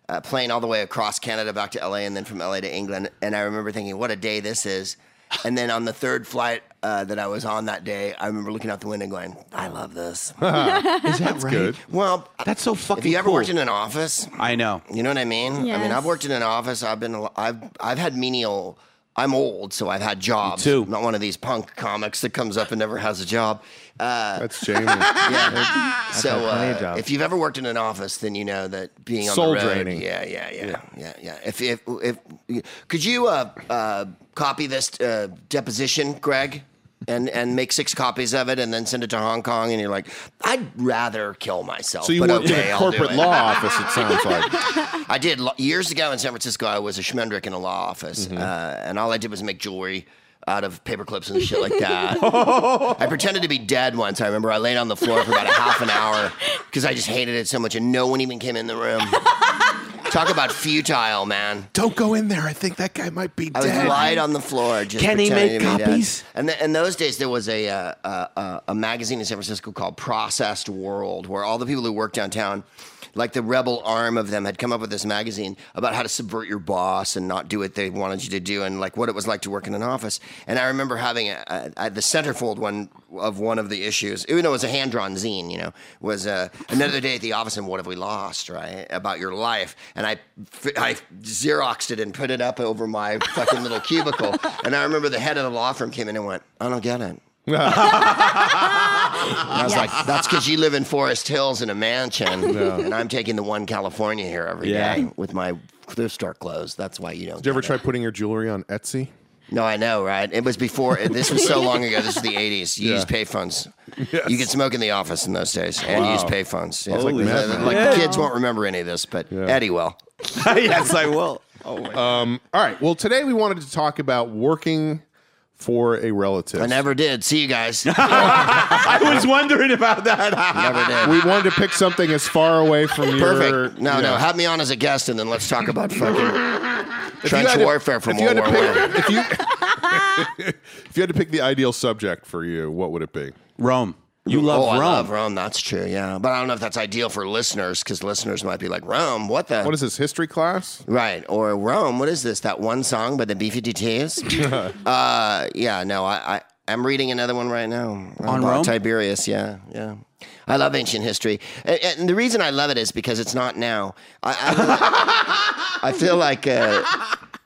S6: a plane all the way across Canada back to LA, and then from LA to England. And I remember thinking, "What a day this is!" And then on the third flight uh, that I was on that day, I remember looking out the window and going, "I love this."
S4: Is that right?
S2: good.
S6: well,
S4: That's so fucking.
S6: have you ever
S4: cool.
S6: worked in an office?
S4: I know.
S6: You know what I mean? I mean,
S5: Yes.
S6: I've worked in an office. I've been, al- I've, I've had menial. I'm old, so I've had jobs.
S4: too.
S6: I'm not one of these punk comics that comes up and never has a job. Uh,
S2: That's Jamie.
S6: yeah. so
S3: had plenty of
S6: uh,
S3: jobs.
S6: if you've ever worked in an office, then you know that being on
S2: Soul
S6: the road.
S2: draining.
S6: Yeah, yeah, yeah, yeah, yeah, If if if could you uh, uh, copy this uh, deposition, Greg? And, and make six copies of it and then send it to Hong Kong and you're like, I'd rather kill myself.
S2: So you
S6: but
S2: worked
S6: okay,
S2: in a
S6: I'll do
S2: corporate
S6: it."
S2: law office, it sounds like.
S6: I did lo- years ago in San Francisco. I was a schmendrick in a law office, uh, and all I did was make jewelry out of paper clips and shit like that. I pretended to be dead once. I remember I laid on the floor for about a half an hour because I just hated it so much, and no one even came in the room. Talk about futile, man.
S2: Don't go in there. I think that guy might be
S6: I was
S2: dead.
S6: right on the floor. Just
S4: Can he
S6: pretending
S4: make
S6: to be dead.
S4: copies?
S6: And th- in those days, there was a, uh, uh, uh, a magazine in San Francisco called Processed World, where all the people who worked downtown, like the rebel arm of them, had come up with this magazine about how to subvert your boss and not do what they wanted you to do, and like what it was like to work in an office. And I remember having a, a, a, the centerfold one of one of the issues. Even though it was a hand drawn zine, you know, was uh, another day at the office, and what have we lost, right? About your life, and I, I xeroxed it and put it up over my fucking little cubicle. And I remember the head of the law firm came in and went, "I don't get it." And I was like, that's because you live in Forest Hills in a mansion, and I'm taking the one California here every day
S4: Yeah.
S6: with my thrift store clothes. That's why you don't.
S2: Did you ever
S6: get
S2: try
S6: it.
S2: putting your jewelry on Etsy?
S6: No, I know, right? It was before. This was so long ago. This was the '80s. You
S2: Yeah.
S6: used payphones.
S2: Yes.
S6: You could smoke in the office in those days and use payphones. Yeah.
S2: Holy
S6: like,
S2: meth.
S6: like,
S3: Yeah.
S6: kids won't remember any of this, but Eddie will.
S4: yes, I will. Oh,
S2: All right. Well, today we wanted to talk about working for a relative.
S6: I never did. See you guys.
S4: I was wondering about that.
S6: never did.
S2: We wanted to pick something as far away from your.
S6: Perfect. No,
S2: yeah.
S6: no. Have me on as a guest, and then let's talk about fucking
S2: If you
S6: trench
S2: had to-
S6: warfare from
S2: if you
S6: World
S2: had
S6: War
S2: to
S6: One.
S2: pick- If you, if you had to pick the ideal subject for you, what would it be?
S4: Rome. You love
S6: oh,
S4: Rome.
S6: I love Rome. That's true. Yeah, but I don't know if that's ideal for listeners because listeners might be like, Rome, what the?
S2: What is this history class?
S6: Right. Or Rome, what is this? That one song by the B 52s? uh, yeah, no, I, I, I'm reading another one right now.
S4: On
S6: About
S4: Rome?
S6: Tiberius, yeah, yeah. I love ancient history. And, and the reason I love it is because it's not now. I, I, I feel like uh,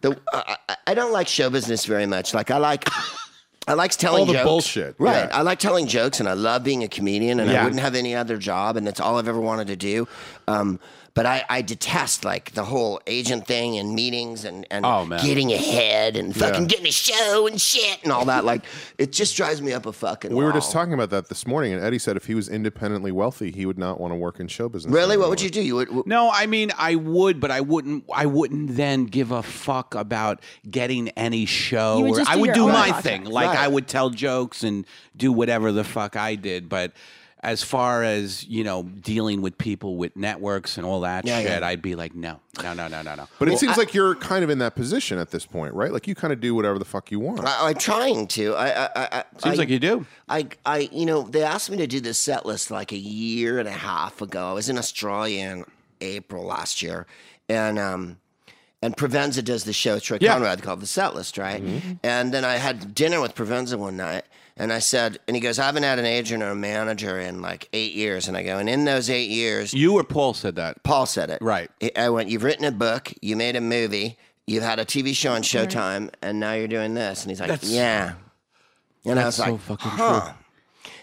S6: the, I, I- I don't like show business very much. Like, I like. I like telling
S2: All the
S6: jokes.
S2: bullshit,
S6: Right.
S2: yeah.
S6: I like telling jokes and I love being a comedian and I
S2: Yeah.
S6: wouldn't have any other job and that's all I've ever wanted to do. Um, but I, I detest like the whole agent thing and meetings and, and
S4: Oh, man.
S6: getting ahead and fucking
S2: Yeah.
S6: getting a show and shit and all that. Like it just drives me up a fucking
S2: We were just
S6: wall.
S2: talking about that this morning, and Eddie said if he was independently wealthy, he would not want to work in show business.
S6: Really? What
S2: anymore.
S6: would you do? You would w-
S4: No, I mean I would, but I wouldn't. I wouldn't then give a fuck about getting any show.
S5: You would
S4: or-
S5: just
S4: I
S5: do
S4: would
S5: your
S4: do
S5: own
S4: my
S5: project.
S4: thing. Like
S6: Right.
S4: I would tell jokes and do whatever the fuck I did. But as far as you know, dealing with people with networks and all that
S6: Yeah,
S4: shit,
S6: yeah.
S4: I'd be like, no, no, no, no, no, no.
S2: But it seems like you're kind of in that position at this point, right? Like you kind of do whatever the fuck you want.
S6: I, I'm trying to. I, I, I- I
S4: Seems
S6: I-
S4: like you do.
S6: I, I, you know, they asked me to do this set list like a year and a half ago. I was in Australia in April last year, and um, and Provenza does the show Troy
S4: Yeah. Mm-hmm.
S6: Conrad called the set list, right? And then I had dinner with Provenza one night, and I said, and he goes, I haven't had an agent or a manager in like eight years, and I go, and in those eight years,
S4: You or Paul said that.
S6: Paul said it.
S4: Right.
S6: I- I went, You've written a book, you made a movie, you've had a TV show on
S4: Mm-hmm.
S6: Showtime, and now you're doing this. And he's like, Yeah. And I was
S4: so
S6: like,
S4: fucking
S6: huh.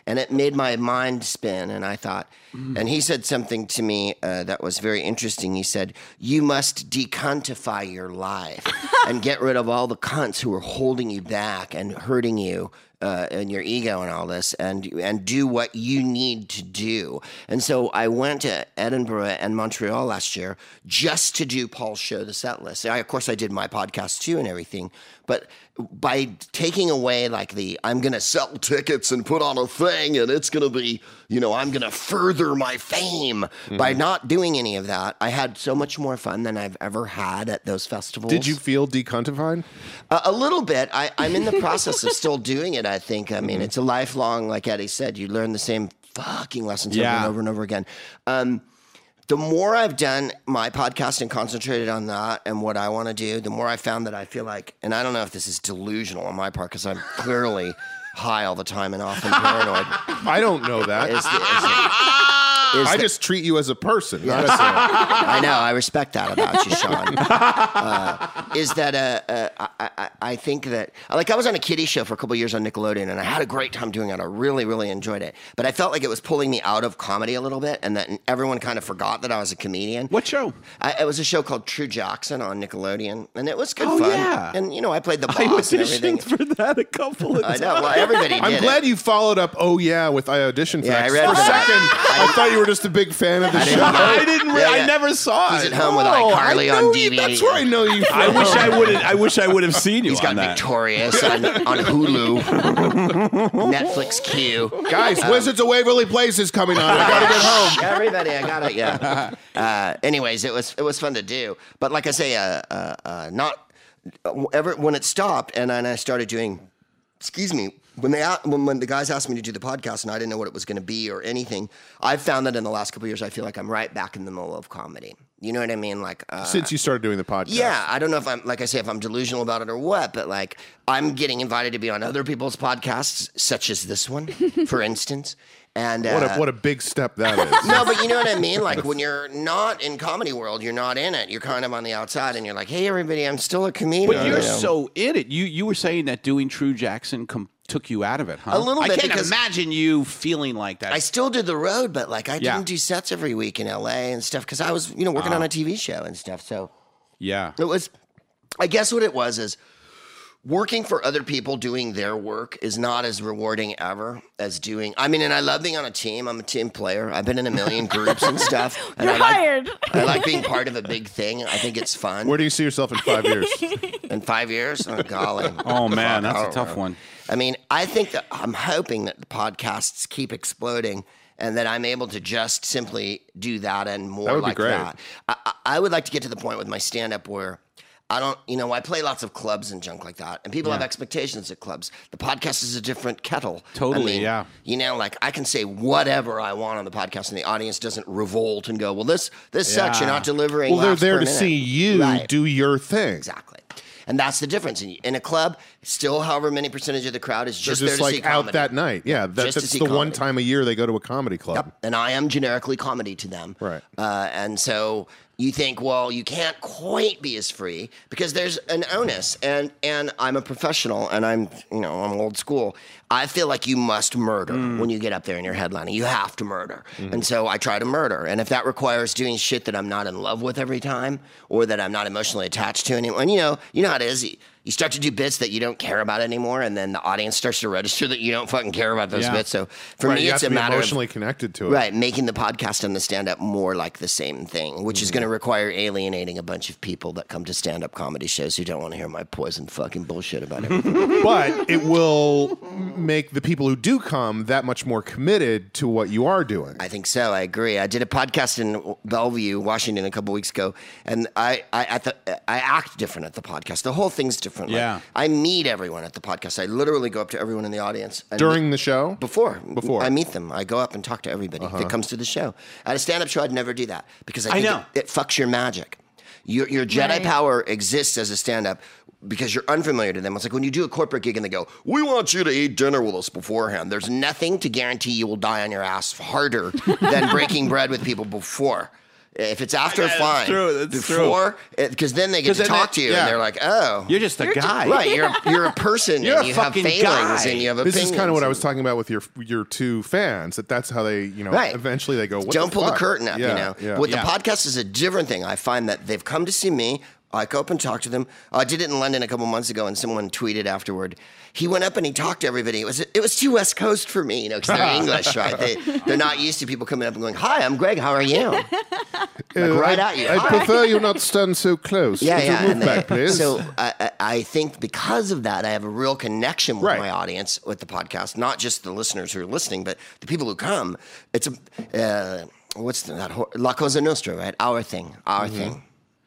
S6: and it made my mind spin. And I thought,
S4: Mm.
S6: and he said something to me uh, that was very interesting. He said, "You must decuntify your life and get rid of all the cunts who are holding you back and hurting you." Uh, and your ego and all this, and and do what you need to do. And so I went to Edinburgh and Montreal last year just to do Paul's show, the set list. I, of course, I did my podcast too and everything, but by taking away like the I'm going to sell tickets and put on a thing and it's going to be, you know, I'm going to further my fame by
S2: Mm-hmm.
S6: not doing any of that, I had so much more fun than I've ever had at those festivals.
S2: Did you feel decuntified?
S6: A, a little bit. I, I'm in the process of still doing it. I think. I mean, it's a lifelong. Like Eddie said, you learn the same fucking lessons over
S4: Yeah.
S6: and over and over again. Um, the more I've done my podcast and concentrated on that and what I want to do, the more I found that I feel like, and I don't know if this is delusional on my part because I'm clearly high all the time and often paranoid.
S2: I don't know that.
S6: Is the- is the- is
S2: I
S6: the-
S2: just treat you as a person. not as a-
S6: I know. I respect that about you, Sean. Uh, is that uh, uh, I, I, I think that like I was on a kiddie show for a couple years on Nickelodeon, and I had a great time doing it. I really, really enjoyed it. But I felt like it was pulling me out of comedy a little bit, and that everyone kind of forgot that I was a comedian.
S4: What show?
S6: I, it was a show called True Jackson on Nickelodeon, and it was good
S4: Oh,
S6: fun.
S4: yeah.
S6: And you know, I played the boss
S4: I was
S6: and everything.
S4: auditioning for that a couple of
S6: I
S4: times.
S6: know. Well, everybody. Did
S2: I'm
S6: it.
S2: glad you followed up. Oh yeah, with I auditioned for
S6: Yeah,
S2: that.
S6: I read
S2: For a
S6: about it.
S2: second, I thought you were just a big fan of the show.
S4: I didn't. Re-
S6: Yeah, yeah.
S4: I never saw
S6: He's
S4: it.
S6: at home with
S2: Oh, I
S6: iCarly
S2: know
S6: on
S2: you-
S6: DVD.
S2: That's where I know you. From.
S4: I wish I would. I wish I would have seen you
S6: He's got
S4: on that.
S6: Victorious on, on Hulu, Netflix Q.
S2: Guys, Wizards of Waverly Place is coming on. I gotta get home.
S6: Everybody, I got it. Yeah. Uh, anyways, it was it was fun to do, but like I say, uh, uh, uh, not uh, ever when it stopped, and then I started doing. Excuse me. When they a- when, when the guys asked me to do the podcast and I didn't know what it was going to be or anything, I've found that in the last couple of years I feel like I'm right back in the middle of comedy. You know what I mean? Like uh,
S2: Since you started doing the podcast,
S6: Yeah, I don't know if I'm like I say if I'm delusional about it or what, but like I'm getting invited to be on other people's podcasts, such as this one, for instance. And uh,
S2: What a, what a big step that is.
S6: no, but you know what I mean. Like when you're not in comedy world, you're not in it. You're kind of on the outside, and you're like, hey, everybody, I'm still a comedian.
S4: But you're
S6: you know?
S4: so in it. You you were saying that doing True Jackson com- took you out of it, huh?
S6: A little
S4: I
S6: bit
S4: can't
S6: because-
S4: imagine you feeling like that.
S6: I still did the road, but like I
S4: Yeah.
S6: didn't do sets every week in LA and stuff because I was you know working on a TV show and stuff. So
S4: yeah.
S6: It was, I guess, what it was is working for other people doing their work is not as rewarding ever as doing. I mean, and I love being on a team. I'm a team player. I've been in a million groups and stuff. And
S5: You're
S6: I like,
S5: hired.
S6: I like being part of a big thing. I think it's fun.
S2: Where do you see yourself in five years?
S6: in five years, oh golly.
S4: Oh man,
S6: Fuck,
S4: that's
S6: I
S4: a
S6: don't
S4: tough
S6: know.
S4: one.
S6: I mean, I think that I'm hoping that the podcasts keep exploding and that I'm able to just simply do that and more
S2: That would be
S6: like
S2: great.
S6: that. I, I- I would like to get to the point with my stand up where I don't, you know, I play lots of clubs and junk like that, and people have expectations at clubs. The podcast is a different kettle. I
S4: Totally,
S6: mean,
S4: yeah.
S6: You know, like I can say whatever I want on the podcast, and the audience doesn't revolt and go, "Well, this this sucks. You're
S4: Yeah.
S6: not delivering."
S2: well, they're
S6: laughs
S2: there
S6: per
S2: to
S6: minute."
S2: see you
S6: Right.
S2: do your thing.
S6: Exactly. And that's the difference. In, in a club, still however many percentage of the crowd is
S2: They're just,
S6: just, there to see
S2: like out
S6: comedy.
S2: that night. Yeah, that,
S6: Just to
S2: that's
S6: see
S2: the one
S6: comedy.
S2: time a year they go to a comedy club.
S6: Yep. And I am generically comedy to them.
S2: Right.
S6: Uh, and so you think, well, you can't quite be as free because there's an onus. And and I'm a professional and I'm, you know, I'm old school. I feel like you must murder
S2: Mm.
S6: when you get up there and you're headlining. You have to murder.
S2: Mm-hmm.
S6: And so I try to murder. And if that requires doing shit that I'm not in love with every time or that I'm not emotionally attached to anymore, and you know, you know how it is. You- You start to do bits that you don't care about anymore, and then the audience starts to register that you don't fucking care about those
S4: Yeah.
S6: bits. So for
S2: Right,
S6: me,
S2: you have
S6: it's
S2: to
S6: a
S2: be
S6: matter of
S2: emotionally connected to it.
S6: Right, making the podcast and the stand up more like the same thing, which is going
S2: Mm-hmm.
S6: to require alienating a bunch of people that come to stand up comedy shows who don't want to hear my poison fucking bullshit about everything.
S2: But it will make the people who do come that much more committed to what you are doing.
S6: I think so. I agree. I did a podcast in Bellevue, Washington, a couple weeks ago, and I I, at the, I act different at the podcast. The whole thing's different. Like,
S4: Yeah.
S6: I meet everyone at the podcast. I literally go up to everyone in the audience and
S2: During the show?
S6: Before,
S2: Before. Uh-huh.
S6: I meet them, I go up and talk to everybody that comes to the show. At a stand-up show, I'd never do that because I,
S4: I
S6: think
S4: know.
S6: It, it fucks your magic. Your, your Jedi
S5: Right.
S6: power exists as a stand-up because you're unfamiliar to them. It's like when you do a corporate gig and they go, "We want you to eat dinner with us beforehand." There's nothing to guarantee you will die on your ass harder than breaking bread with people before. If it's after,
S4: God, that's
S6: fine.
S4: true, that's true.
S6: Before, because then they get
S4: 'Cause
S6: to
S4: then
S6: talk
S4: they-
S6: to you,
S4: yeah.
S6: and they're like, "Oh,
S4: You're just a guy.
S6: right. You're you're a person,
S4: You're
S6: and
S4: a
S6: you have
S4: fucking
S6: failings,
S4: guy.
S6: and you have
S2: This
S6: opinions."
S2: is kind of what I was talking about with your your two fans. That that's how they you know
S6: Right.
S2: eventually they go. What
S6: Don't
S2: the
S6: pull
S2: fuck?"
S6: the curtain up,
S2: Yeah,
S6: you know.
S2: Yeah.
S6: With
S4: Yeah.
S6: the podcast is a different thing. I find that they've come to see me. I go up and talk to them. I did it in London a couple months ago, and someone tweeted afterward. He went up and he talked to everybody. It was it was too West Coast for me, you know, because they're English, right? They, they're not used to people coming up and going, "Hi, I'm Greg. How are you?" Like right at you.
S2: Uh, I
S6: "Hi."
S2: prefer you not stand so close.
S6: Yeah,
S2: Would you
S6: yeah.
S2: Move
S6: and they-
S2: back, please.
S6: So I, I- I think because of that, I have a real connection with
S2: Right.
S6: my audience with the podcast, not just the listeners who are listening, but the people who come. It's a uh, what's that ho- La Cosa Nostra, right? Our thing, our
S2: Mm-hmm.
S6: thing.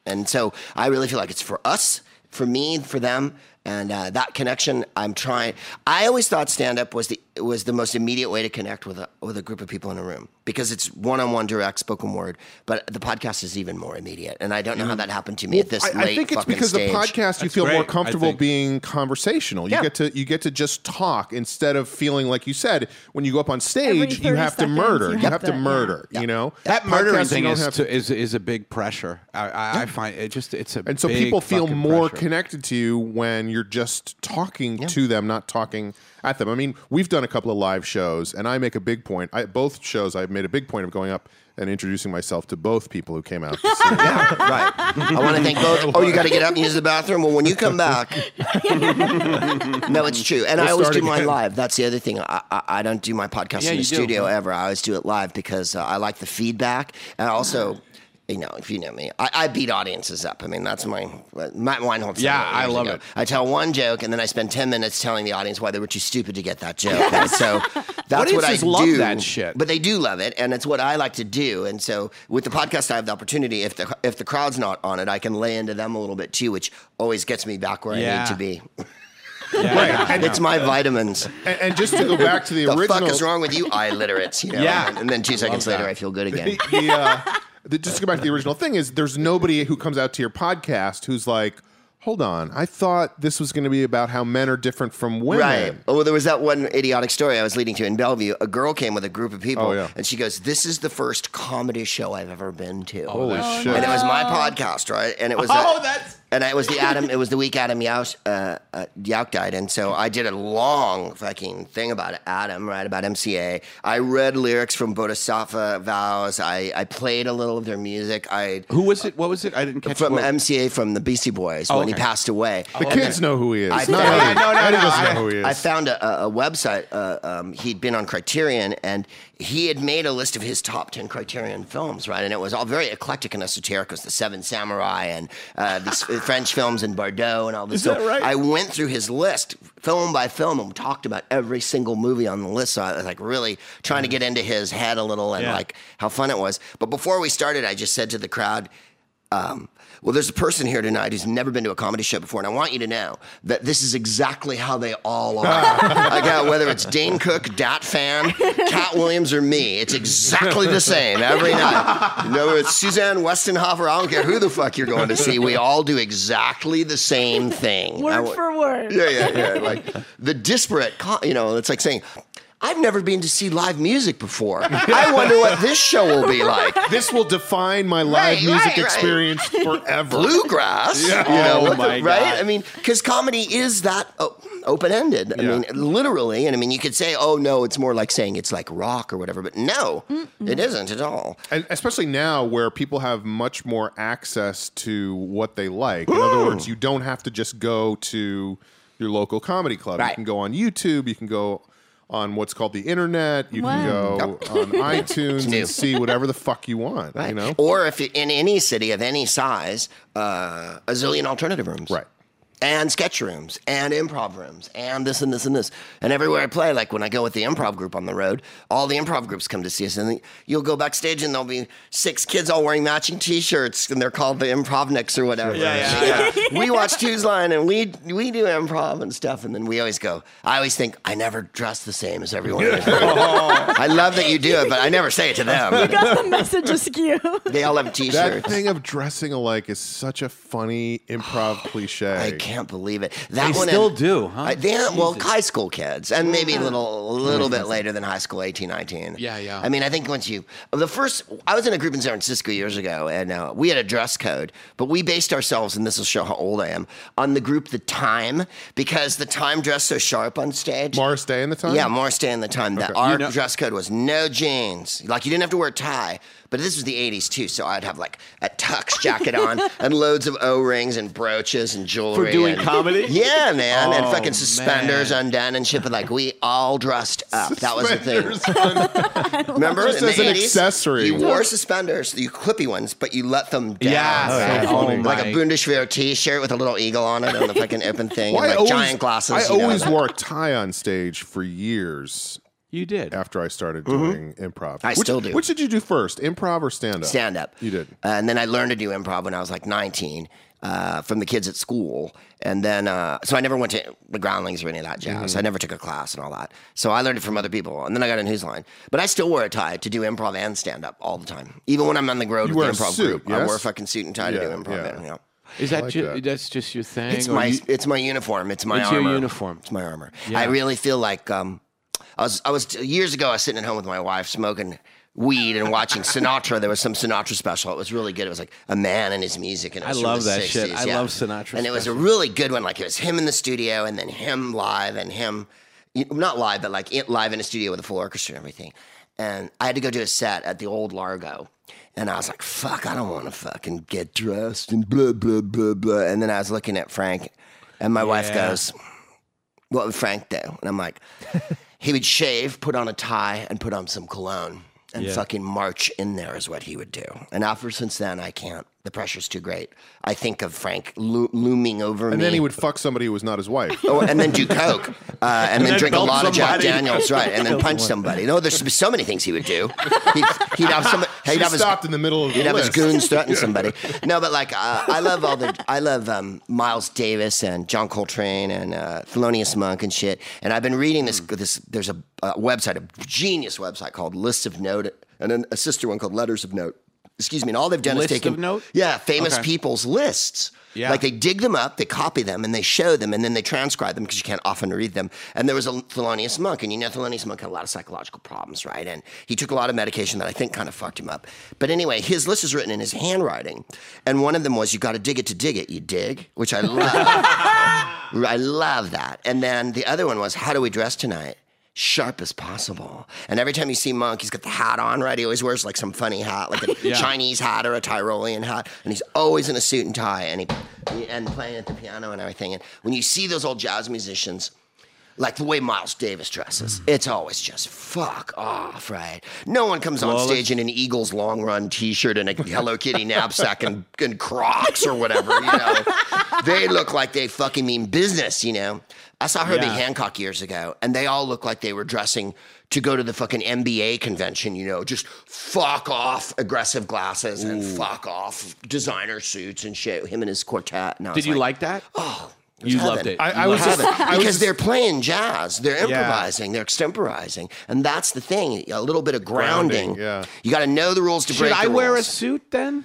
S6: And so I really feel like it's for us, for me, for them, and uh, that connection. I'm trying. I always thought stand up was the was the most immediate way to connect with a with a group of people in a room because it's one on one, direct spoken word. But the podcast is even more immediate, and I don't
S2: Mm-hmm.
S6: know how that happened to me at this
S2: I,
S6: late
S2: I think it's
S6: fucking
S2: because
S6: stage.
S2: the podcast you feel
S4: great,
S2: more
S4: I
S2: comfortable
S4: think.
S2: being conversational. You
S6: Yeah.
S2: get to you get to just talk instead of feeling like you said when you go up on
S5: Every
S2: stage
S5: 30
S2: you have to
S5: seconds,
S2: murder.
S5: you
S2: You,
S5: have
S2: have
S5: to-
S2: to
S5: yeah.
S2: murder. You know
S4: That murdering
S2: Podcasts,
S4: thing
S2: you don't
S4: is,
S2: have
S4: to- is is a big pressure. I, I, I find it just it's a
S2: and so
S4: big
S2: people feel
S4: fucking
S2: more
S4: pressure.
S2: connected to you when you're just talking to them, not talking at them. I mean, we've done a couple of live shows, and I make a big point. I, both shows, I've made a big point of going up and introducing myself to both people who came out. To see me.
S6: I want to thank both. Oh, you got to get up and use the bathroom. Well, when you come back, no, it's true. And I always
S2: start
S6: do mine
S2: again.
S6: live. That's the other thing. I, I, I don't do my podcast
S4: Yeah,
S6: in the
S4: you do.
S6: studio ever. I always do it live because uh, I like the feedback, and I also. You know, if you know me, I, I beat audiences up. I mean, that's my Matt Weinhold. said
S4: Yeah,
S6: that
S4: I
S6: years
S4: love
S6: ago.
S4: it.
S6: I tell one joke and then I spend ten minutes telling the audience why they were too stupid to get that joke. And so that's what I
S4: Audiences love
S6: do.
S4: that shit.
S6: But they do love it, and it's what I like to do. And so with the podcast, I have the opportunity. If the if the crowd's not on it, I can lay into them a little bit too, which always gets me back where I
S4: Yeah.
S6: need to be.
S4: Yeah, yeah.
S6: it's my vitamins.
S2: and, and just to go back to the,
S6: The
S2: original,
S6: fuck is wrong with you, illiterates? You know?
S4: Yeah.
S6: And, then two seconds later, I feel good again.
S2: the, the, uh, the, just to go back to the original thing is there's nobody who comes out to your podcast who's like, hold on, I thought this was going to be about how men are different from women.
S6: Right. Oh, well, there was that one idiotic story I was leading to in Bellevue. A girl came with a group of people,
S2: Oh, yeah.
S6: and she goes, "This is the first comedy show I've ever been to."
S2: Holy Oh, shit!
S6: And it was my podcast, right? And it was
S4: Oh,
S6: uh,
S4: that's-
S6: and it was the Adam. It was the week Adam Yauch, uh, uh, Yauch died, and so I did a long fucking thing about Adam, right? About MCA. I read lyrics from Bodhisattva vows. I I played a little of their music. I
S4: Who was it? What was it? I didn't catch
S6: from
S4: what-
S6: MCA from the Beastie
S2: Oh,
S6: Boys when he
S4: okay.
S6: passed away.
S2: the kids know who he is.
S6: I-
S2: Not
S6: Yeah,
S2: Eddie.
S4: no, no,
S2: Eddie
S4: no,
S2: doesn't
S4: I-
S2: know who he is.
S6: I found a, a- a website. Uh, um, he'd been on Criterion, and he had made a list of his top ten Criterion films, right? And it was all very eclectic and esoteric. It was The Seven Samurai and uh, these French films and Bardot and all this. stuff.
S4: right?
S6: I went through his list, film by film, and talked about every single movie on the list. So I was like really trying to get into his head a little and
S4: Mm. Yeah.
S6: like how fun it was. But before we started, I just said to the crowd um, well, there's a person here tonight who's never been to a comedy show before, and I want you to know that this is exactly how they all are. I got whether it's Dane Cook, Dat Fan, Cat Williams, or me, it's exactly the same every night. Whether it's Suzanne Westenhofer, I don't care who the fuck you're going to see, we all do exactly the same thing. I
S5: Word
S6: wa-
S5: for word.
S6: yeah, yeah, yeah. Like the disparate, co- you know, it's like saying, I've never been to see live music before. I wonder what this show will be like.
S2: this will define my live
S6: Right,
S2: music
S6: right, right.
S2: experience forever.
S6: bluegrass.
S2: Yeah.
S6: You know,
S4: Oh
S6: what the-
S4: my
S6: right?
S4: God.
S6: I mean, because comedy is that open ended. I
S2: Yeah.
S6: mean, literally. And I mean, you could say, oh, no, it's more like saying it's like rock or whatever, but no, it isn't at all.
S2: And especially now where people have much more access to what they like. In other words, you don't have to just go to your local comedy club. You
S6: Right.
S2: can go on YouTube, you can go on what's called the internet, you can
S5: Wow.
S2: go on iTunes
S6: new.
S2: and see whatever the fuck you want,
S6: Right.
S2: you know?
S6: Or if you- in any city of any size, uh, a zillion alternative rooms.
S2: Right.
S6: And sketch rooms and improv rooms and this and this and this. And everywhere I play, like when I go with the improv group on the road, all the improv groups come to see us. And then you'll go backstage and there'll be six kids all wearing matching t shirts and they're called the Improvniks or whatever.
S4: Yeah, yeah,
S6: we watch Two's Line and we, we do improv and stuff. And then we always go, I always think, I never dress the same as everyone. else." I love that you do it, but I never say it to them.
S5: Got the message askew.
S6: They all have t
S2: That
S6: shirts.
S2: thing of dressing alike is such a funny improv cliche.
S6: I can't believe it. That
S4: They
S6: one
S4: still
S6: and-
S4: do, huh?
S6: I- they, well, high school kids, and maybe a little, a little bit later than high school, 18, 19.
S4: Yeah, yeah.
S6: I mean, I think once you, the first, I was in a group in San Francisco years ago, and uh, we had a dress code, but we based ourselves, and this will show how old I am, on the group The Time, because The Time dressed so sharp on stage.
S2: Morris Day in the time?
S6: Yeah, more stay in the time. That our
S4: You know-
S6: dress code was no jeans. Like you didn't have to wear a tie. But this was the '80s too, so I'd have like a tux jacket on and loads of O-rings and brooches and jewelry
S4: doing
S6: and-
S4: comedy?
S6: Yeah, man, and
S4: Oh,
S6: fucking suspenders
S4: man.
S6: undone and shit. But like we all dressed up. That was the thing. Remember,
S2: Just
S6: in the
S2: as an
S6: 80s,
S2: accessory.
S6: you wore suspenders, you clippy ones, but you let them down.
S4: Yeah, so
S6: right?
S4: funny.
S6: like a
S4: my-
S6: Bundeswehr T-shirt with a little eagle on it and the fucking open thing,
S2: Well,
S6: and like giant glasses.
S2: I
S6: you know,
S2: always
S6: like-
S2: wore a tie on stage for years
S4: You did.
S2: after I started doing improv.
S6: Mm-hmm. I
S2: which,
S6: still do.
S2: Which did you do first, improv or stand up?
S6: stand up.
S2: You did.
S6: Uh, and then I learned to do improv when I was like 19 uh, from the kids at school. And then, uh, so I never went to the groundlings or any of that
S2: Mm-hmm.
S6: jazz. I never took a class and all that. So I learned it from other people. And then I got in Newsline. But I still wear a tie to do improv and stand up all the time. Even when I'm on the road
S2: You
S6: with
S2: wear a
S6: the improv
S2: suit,
S6: group, I
S2: yes?
S6: wear a fucking suit and tie to
S2: Yeah,
S6: do improv.
S2: yeah.
S6: And, you know.
S4: Is that,
S2: like
S4: ju-
S2: that.
S4: that's just your thing?
S6: It's
S4: or
S6: my
S4: you-
S6: it's my uniform. It's my
S4: It's your
S6: armor.
S4: uniform.
S6: It's my armor.
S4: Yeah.
S6: I really feel like um, I was I was years ago. I was sitting at home with my wife smoking weed and watching Sinatra. There was some Sinatra special. It was really good. It was like a man and his music. And it
S4: I
S6: was from
S4: love
S6: the
S4: that shit.
S6: 60s,
S4: I
S6: yeah.
S4: love Sinatra
S6: And it was a really good one. Like it was him in the studio and then him live and him you- not live but like in- live in a studio with a full orchestra and everything. And I had to go do a set at the old Largo. And I was like, fuck, I don't want to fucking get dressed and blah, blah, blah, blah. And then I was looking at Frank, and my wife
S4: Yeah.
S6: goes, What would Frank do? And I'm like, He would shave, put on a tie, and put on some cologne and
S4: Yeah.
S6: fucking march in there is what he would do. And ever since then, I can't. The pressure's too great. I think of Frank lo- looming over me.
S2: And then he would fuck somebody who was not his wife.
S6: Oh, and then do coke, uh, and, then,
S4: then
S6: drink a
S4: belt
S6: lot of Jack
S4: somebody.
S6: Daniels, right? And then punch somebody. No, there's so many things he would do. He'd, he'd have some. He'd
S2: She
S6: have his,
S2: stopped in the middle of the
S6: He'd have his
S2: list.
S6: goons threaten somebody. No, but like uh, I love all the. I love um, Miles Davis and John Coltrane and uh, Thelonious Monk and shit. And I've been reading this.
S4: Mm.
S6: This there's a, uh website, a genius website called Lists of Note, and then a sister one called Letters of Note. Excuse me. And all they've done
S4: List
S6: is taken
S4: of Note?
S6: yeah, famous
S4: Okay.
S6: people's lists.
S4: Yeah.
S6: Like they dig them up, they copy them, and they show them, and then they transcribe them because you can't often read them. And there was a Thelonious Monk, and you know Thelonious Monk had a lot of psychological problems, right? And he took a lot of medication that I think kind of fucked him up. But anyway, his list is written in his handwriting, and one of them was, "You got to dig it to dig it." You dig, which I love. I love that. And then the other one was, "How do we dress tonight?" Sharp as possible. And every time you see Monk, he's got the hat on, right? He always wears like some funny hat, like a
S4: Yeah.
S6: Chinese. Chinese hat or a Tyrolean hat, and he's always in a suit and tie, and he and playing at the piano and everything. And when you see those old jazz musicians, like the way Miles Davis dresses, it's always just fuck off, right? No one comes on stage in an Eagles long run T-shirt and a Hello Kitty knapsack and, and Crocs or whatever. You know, they look like they fucking mean business. You know, I saw Herbie
S4: Yeah.
S6: Hancock years ago, and they all looked like they were dressing to go to the fucking MBA convention, you know, just fuck off aggressive glasses and fuck off designer suits and shit. Him and his quartet. And I was
S4: Did you like that?
S6: Oh, it was
S4: you
S6: heaven.
S4: loved it.
S2: I-
S4: You
S2: I was
S4: loved
S2: just-
S4: it.
S6: Heaven.
S2: I was
S6: because
S2: just-
S6: they're playing jazz, they're improvising, they're extemporizing, and that's the thing. A little bit of grounding.
S2: Grounding, yeah.
S6: You got to know the rules to
S4: Should
S6: break.
S4: I
S6: the
S4: wear a
S6: rules.
S4: suit then?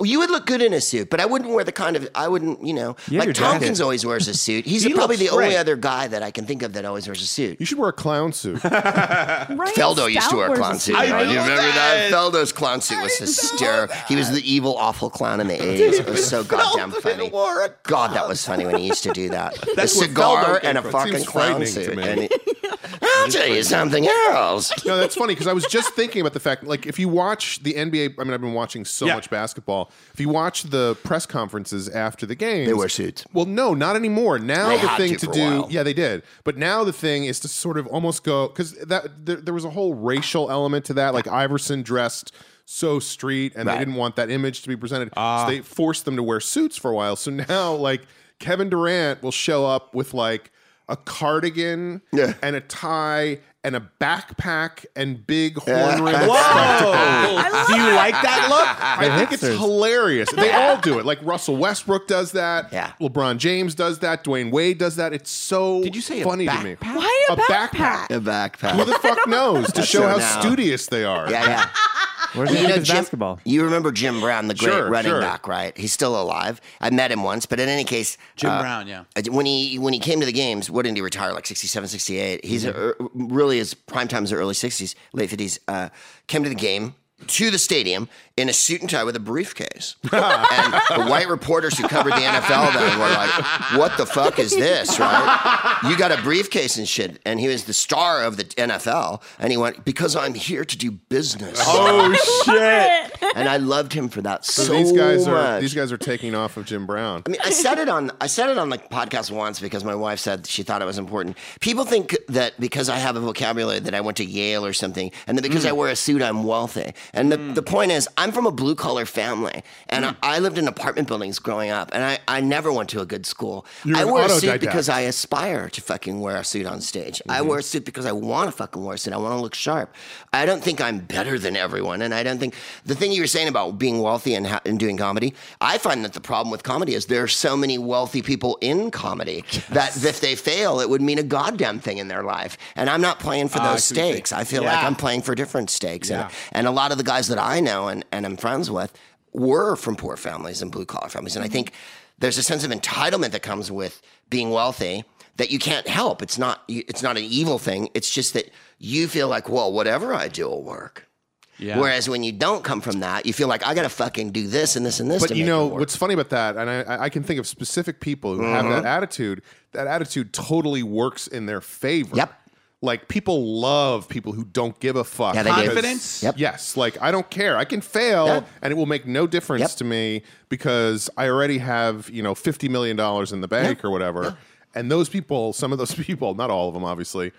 S6: Well, you would look good in a suit, but I wouldn't wear the kind of I wouldn't, you know,
S3: Yeah,
S6: like
S3: your jacket.
S6: Tompkins always wears a suit. He's
S4: He
S6: probably the
S4: looks
S6: only
S4: great.
S6: other guy that I can think of that always wears a suit.
S2: You should wear a clown suit.
S5: Ryan
S6: Feldo used to
S5: Stout
S6: wear a
S5: wears
S6: clown suit.
S4: I
S6: right?
S4: know
S6: you remember that?
S4: that.
S6: Feldo's clown suit was hysterical. He was the evil, awful clown in the 80s. It was so goddamn
S4: Feldman
S6: funny.
S4: wore a
S6: God, that was funny when he used to do that. a
S4: That's where
S6: cigar
S4: Feldo came
S6: and a
S4: from.
S6: fucking
S2: Seems
S6: clown
S2: frightening to
S6: suit.
S2: me.
S6: And he- I'll tell you something else.
S2: No, that's funny because I was just thinking about the fact, like, if you watch the NBA, I mean, I've been watching so
S4: Yeah.
S2: much basketball. If you watch the press conferences after the game,
S6: They wear suits.
S2: Well, no, not anymore. Now
S6: They
S2: the
S6: had
S2: thing
S6: to
S2: to,
S6: for a
S2: do,
S6: while.
S2: yeah, they did. But now the thing is to sort of almost go because that there, there was a whole racial element to that, like Iverson dressed. So street, and
S6: Right. Ah.
S2: they didn't want that image to be presented. so they forced them to wear suits for a while. So now, like Kevin Durant will show up with like a cardigan
S6: Yeah.
S2: and a tie and a backpack and big horn rim.
S4: Whoa! Do you like that look?
S2: I think it's
S3: hipsters.
S2: hilarious. They all do it. Like Russell Westbrook does that.
S6: Yeah.
S2: LeBron James does that. Dwayne Wade does that. It's so
S4: Did you say a
S2: funny to
S4: backpack?
S2: me.
S5: Why a,
S2: A
S5: backpack?
S2: backpack.
S6: A backpack.
S2: Who the fuck knows to show
S6: so
S2: how
S6: now.
S2: studious they are?
S6: Yeah, yeah.
S3: Where's he
S6: You know,
S3: with his
S6: Jim-
S3: basketball?
S6: You remember Jim Brown, the great
S2: Sure,
S6: running
S2: sure.
S6: back, right? He's still alive. I met him once, but in any case,
S4: Jim
S6: uh,
S4: Brown, yeah.
S6: uh, when he when he came to the games, what didn't he retire like 67, 68? He's uh,
S2: Mm-hmm.
S6: really his prime times are early 60s, late 50s. Uh, came to the game to the stadium in a suit and tie with a briefcase. and the white reporters who covered the NFL then were like, "What the fuck is this?" Right? You got a briefcase and shit. And he was the star of the NFL, and he went because I'm here to do business.
S2: Oh shit!
S6: and I loved him for that so,
S2: So these guys are
S6: much.
S2: these guys are taking off of Jim Brown.
S6: I mean, I said it on I said it on the podcast once because my wife said she thought it was important. People think that because I have a vocabulary that I went to Yale or something, and that
S2: Mm.
S6: because I wear a suit I'm wealthy. And the, the point is, I'm from a blue collar family, and
S2: Mm.
S6: I, I lived in apartment buildings growing up, and I, I never went to a good school.
S2: You're
S6: I
S2: an
S6: wore a suit
S2: autodidact.
S6: because I aspire to fucking wear a suit on stage.
S4: Mm-hmm.
S6: I wear a suit because I want to fucking wear a suit. I want to look sharp. I don't think I'm better than everyone, and I don't think the thing you were saying about being wealthy and, ha- and doing comedy. I find that the problem with comedy is there are so many wealthy people in comedy that if they fail, it would mean a goddamn thing in their life. And I'm not playing for
S4: Ah, I
S6: those
S4: see what you're
S6: stakes. I feel like
S4: Yeah.
S6: I'm playing for different stakes,
S4: Yeah.
S6: and, and a lot of the guys that I know and, and I'm friends with were from poor families and blue collar families. And I think there's a sense of entitlement that comes with being wealthy that you can't help. It's not you- it's not an evil thing. It's just that you feel like, well, whatever I do will work.
S4: Yeah.
S6: Whereas when you don't come from that, you feel like I gotta fucking do this and this and this.
S2: But
S6: to
S2: you
S6: make it
S2: know
S6: work."
S2: what's funny about that, and I- I, I can think of specific people who have
S6: Mm-hmm.
S2: that attitude. That attitude totally works in their favor.
S6: Yep.
S2: Like people love people who don't give a fuck.
S6: Yeah, they do.
S2: because-
S4: Confidence?
S6: Yep.
S2: Yes. Like I don't care. I can fail,
S6: Yeah.
S2: and it will make no difference
S6: Yep.
S2: to me because I already have you know fifty million dollars in the bank or whatever. And those people, some of those people, not all of them, obviously,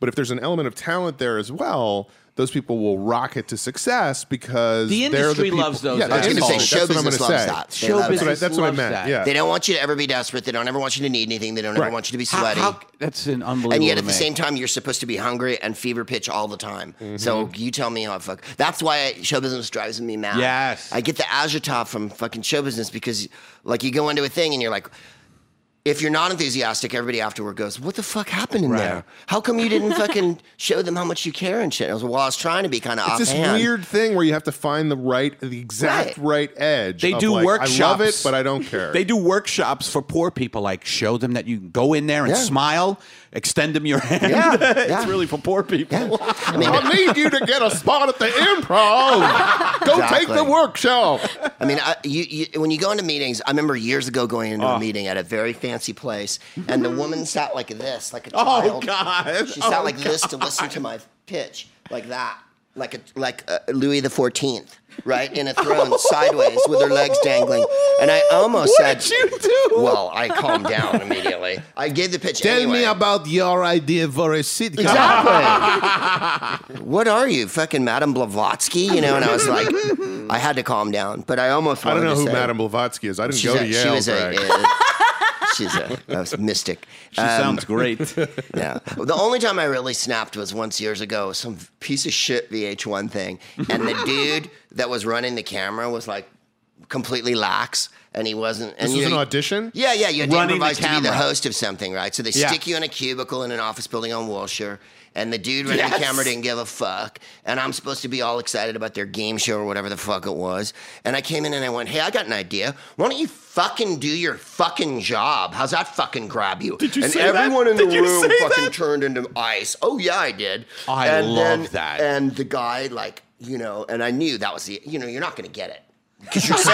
S2: but if there's an element of talent there as well. Those people will rocket to success because
S4: The
S2: they're
S4: industry
S2: people-
S4: loves those
S2: Yeah, the
S6: I was gonna say
S2: industry.
S6: show
S2: That's what I'm
S6: business
S2: gonna
S6: loves
S2: say.
S6: that. They
S4: Show
S6: love
S2: That's what I,
S6: that.
S4: business
S2: that's what I
S4: loves
S2: meant.
S4: that.
S2: Yeah.
S6: They don't want you to ever be desperate. They don't ever want you to need anything. They don't ever
S2: Right.
S6: want you to be
S4: How-
S6: sweaty.
S4: how- that's an unbelievable.
S6: and yet at
S4: to me.
S6: the same time you're supposed to be hungry and fever pitch all the time so
S4: Mm-hmm.
S6: you tell me how I fuck that's why show business drives me mad
S4: Yes.
S6: i get the agita from fucking show business because like you go into a thing and you're like if you're not enthusiastic, everybody afterward goes, "What the fuck happened in there? How come you didn't fucking show them how much you care and shit?" I was like, "Well, I was trying to be kind of
S2: It's this
S6: offhand."
S2: weird thing where you have to find the right, the exact right, edge.
S4: They
S2: of
S4: do
S2: like, I love it,
S4: workshops.
S2: but I don't care.
S4: They do workshops for poor people, like show them that you can go in there and
S6: Yeah.
S4: smile, extend them your hand.
S6: Yeah,
S4: it's
S6: yeah.
S4: really for poor people.
S6: I mean,
S2: I need you to get a spot at the improv. Go take
S6: Exactly.
S2: the workshop.
S6: I mean, I, you, you, when you go into meetings, I remember years ago going into
S4: Oh.
S6: a meeting at a very fancy place, and the woman sat like this, like a child.
S4: Mm-hmm. Oh God!
S6: She sat like this to listen to my pitch, like that, like a like uh, Louis the Fourteenth, right in a throne, sideways with her legs dangling. And I almost
S4: What
S6: said,
S4: did you do?
S6: "Well, I calmed down immediately. I gave the pitch anyway.
S2: about your idea for a sitcom.
S6: Exactly. what are you, fucking Madame Blavatsky? You know, and I was like, I had to calm down, but I almost.
S2: I don't
S6: wanted
S2: know
S6: to
S2: who
S6: say,
S2: Madame Blavatsky is. I didn't go to Yale.
S6: she was
S2: Greg.
S6: a, a she's a, a mystic.
S4: She sounds great.
S6: Yeah. The only time I really snapped was once years ago, some piece of shit VH1 thing. And the dude that was running the camera was like completely lax and he wasn't. And
S2: this
S6: you
S2: was an
S6: know,
S2: audition.
S6: Yeah, yeah. You had to
S4: Running the
S6: improvise to be the
S4: camera.
S6: host of something, right? So they stick you in a cubicle in an office building on Wilshire. And the dude running
S4: Yes.
S6: the camera didn't give a fuck. And I'm supposed to be all excited about their game show or whatever the fuck it was. And I came in and I went, hey, I got an idea. Why don't you fucking do your fucking job? How's that fucking grab you? Did
S4: you
S6: and
S4: say that?
S6: everyone in
S4: Did
S6: the
S4: you
S6: room
S4: say
S6: fucking
S4: that?
S6: turned into ice. Oh, yeah, I did.
S4: I
S6: and
S4: love
S6: then-
S4: that.
S6: And the guy, like, you know, and I knew that was the, you know, you're not going to get it. Because you're, so,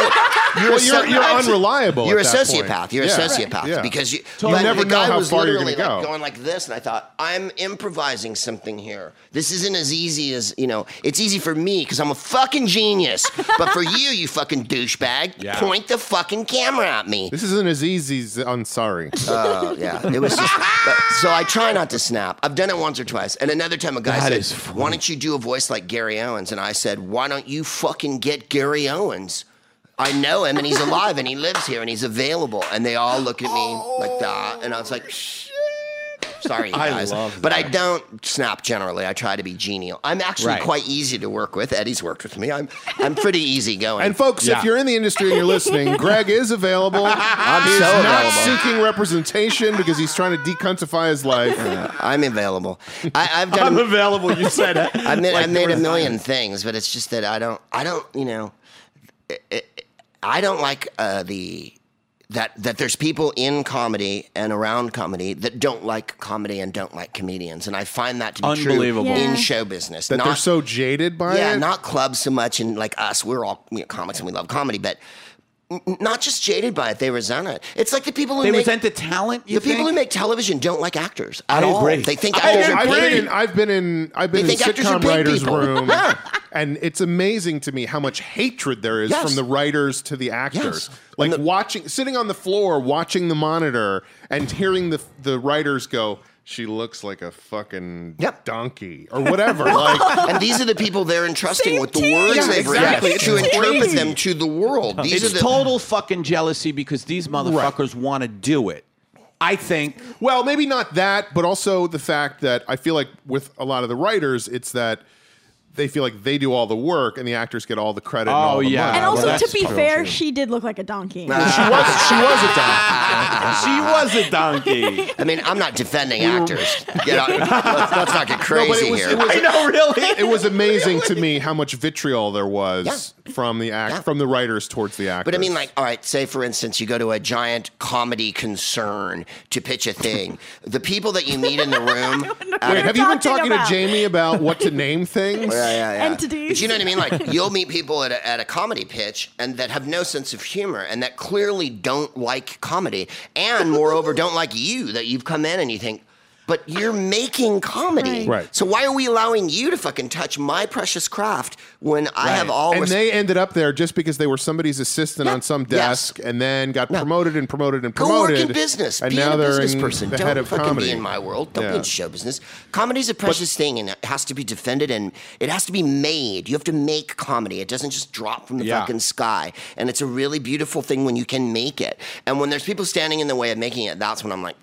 S6: you're,
S2: Well, you're, you're
S6: unreliable.
S2: unreliable.
S6: You're a
S2: at that point.
S6: sociopath. You're
S2: Yeah.
S6: a sociopath
S2: Yeah.
S6: because you,
S2: You
S6: but
S2: never
S6: the guy
S2: know how
S6: was
S2: far you're
S6: literally
S2: gonna
S6: like
S2: go.
S6: going like this, and I thought I'm improvising something here. This isn't as easy as you know. It's easy for me because I'm a fucking genius, but for you, you fucking douchebag,
S4: Yeah.
S6: point the fucking camera at me.
S2: This isn't as easy as I'm sorry.
S6: Oh yeah, it was just. but- so I try not to snap. I've done it once or twice, and another time a guy
S4: That
S6: said,
S4: is funny.
S6: "Why don't you do a voice like Gary Owens?" And I said, "Why don't you fucking get Gary Owens?" I know him, and he's alive, and he lives here, and he's available. And they all look at me like that, and I was like, Sorry, guys.
S4: love
S6: But I don't snap generally. I try to be genial. I'm actually
S4: Right.
S6: quite easy to work with. Eddie's worked with me. I'm I'm pretty easygoing.
S2: And folks,
S4: Yeah.
S2: if you're in the industry and you're listening, Greg is available.
S6: I'm
S2: He's
S6: so
S2: not
S6: available.
S2: seeking representation because he's trying to decunsify his life.
S6: I'm available. I, I've done.
S4: I'm available. You said it.
S6: I made,
S4: Like
S6: I
S4: they
S6: made
S4: were
S6: a million things, but it's just that I don't, I don't, you know, it- it- I don't like uh, the that that there's people in comedy and around comedy that don't like comedy and don't like comedians, and I find that to be
S4: Unbelievable.
S6: true
S5: Yeah.
S6: in show business.
S2: that
S6: not,
S2: they're so jaded by
S6: yeah,
S2: it.
S6: not clubs so much, and like us, we're all you know, comics and we love comedy, but n- n- not just jaded by it, they resent it. It's like the people who
S4: They
S6: make
S4: resent the talent. You
S6: the people who
S4: think?
S6: make television don't like actors at
S4: I
S6: all.
S4: agree.
S6: They think
S4: I
S6: actors are
S2: I've
S4: agree.
S6: big.
S2: been in, I've been in I've been
S6: They
S2: in
S6: think actors are
S2: sitcom
S6: big
S2: writers'
S6: people.
S2: room,
S6: Yeah.
S2: and it's amazing to me how much hatred there is
S6: Yes.
S2: from the writers to the actors.
S6: Yes.
S2: Like watching, sitting on the floor, watching the monitor, and hearing the the writers go, "She looks like a fucking
S6: Yep.
S2: donkey" or whatever. like
S6: and these are the people they're entrusting
S5: Same
S6: with the
S5: team.
S6: words
S5: Yeah,
S6: they've
S2: exactly.
S6: written to
S2: It's
S6: interpret
S2: crazy.
S6: them to the world. These are
S4: It's
S6: the
S4: total fucking jealousy because these motherfuckers want to do it. I think.
S2: Well, maybe not that, but also the fact that I feel like with a lot of the writers, it's that they feel like they do all the work and the actors get all the credit. and
S4: Oh,
S2: all the
S4: yeah.
S2: money.
S5: And
S4: Ah, well,
S5: also, to
S4: that's
S5: be
S4: true,
S5: fair,
S4: too.
S5: she did look like a donkey.
S2: she was she was a donkey.
S4: she was a donkey.
S6: Ah. I mean, I'm not defending actors. Get out, let's, let's not get crazy
S2: it was-
S6: here.
S2: it was-
S4: I know, really.
S2: it was amazing to me how much vitriol there was from the act
S6: Yeah.
S2: from the writers towards the actors.
S6: but I mean, like, all right, say for instance, you go to a giant comedy concern to pitch a thing. the people that you meet in the room,
S5: what
S2: Wait,
S5: you're
S2: have you been talking
S5: about.
S2: to Jamie about what to name things?
S5: Entities.
S6: But you know what I mean? Like you'll meet people at a, at a comedy pitch and that have no sense of humor and that clearly don't like comedy and moreover don't like you that you've come in and you think, but you're making comedy.
S5: Right.
S2: Right.
S6: So why are we allowing you to fucking touch my precious craft when I have all
S2: And
S6: res-
S2: they ended up there just because they were somebody's assistant
S6: Yeah.
S2: on some
S6: Yes.
S2: desk, and then got
S6: No.
S2: promoted and promoted and
S6: Go work
S2: promoted.
S6: in business.
S2: and
S6: be
S2: now
S6: a
S2: they're
S6: business
S2: in
S6: person.
S2: the
S6: Don't
S2: head of
S6: fucking
S2: comedy.
S6: be in my world. Don't
S2: Yeah.
S6: be in show business. Comedy's a precious thing, and it has to be defended, and it has to be made. You have to make comedy. It doesn't just drop from the
S4: Yeah.
S6: fucking sky. And it's a really beautiful thing when you can make it. And when there's people standing in the way of making it, that's when I'm like,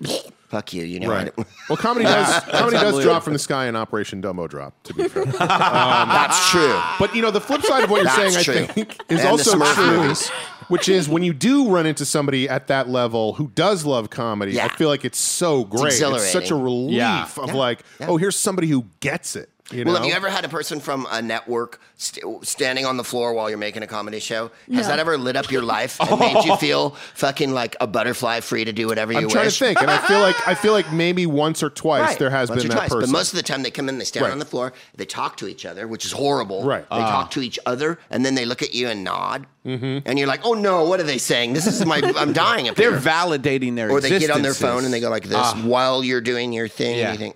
S6: fuck you. You know. I
S2: Right.
S6: don't-
S2: Well, comedy does comedy does
S4: unbelievable.
S2: drop from the sky in Operation Dumbo Drop. To be fair. Um,
S6: that's true.
S2: But you know, the flip side of what you're
S6: That's
S2: saying, I
S6: true.
S2: think, is
S6: And the
S2: also
S6: Smurf
S2: true,
S6: movies.
S2: which is when you do run into somebody at that level who does love comedy.
S6: Yeah.
S2: I feel like it's so great. It's, such a
S6: exhilarating.
S2: relief
S4: Yeah.
S2: of
S6: Yeah.
S2: like,
S6: Yeah.
S2: oh, here's somebody who gets it. You
S6: Well,
S2: know?
S6: have you ever had a person from a network st- standing on the floor while you're making a comedy show? Has
S5: No.
S6: that ever lit up your life and made you feel fucking like a butterfly free to do whatever you
S2: I'm
S6: wish?
S2: trying to think, and I feel like I feel like maybe once or twice
S6: Right.
S2: there has
S6: Once
S2: been
S6: or
S2: that
S6: twice.
S2: person.
S6: But most of the time, they come in, they stand
S2: Right.
S6: on the floor, they talk to each other, which is horrible.
S2: Right. Ah.
S6: They talk to each other, and then they look at you and nod,
S2: Mm-hmm.
S6: and you're like, "Oh no, what are they saying? This is my, I'm dying." Up
S4: They're
S6: here.
S4: validating their
S6: or they get on their
S4: existences.
S6: phone and they go like this
S2: Ah.
S6: while you're doing your thing.
S4: Yeah.
S6: And you think.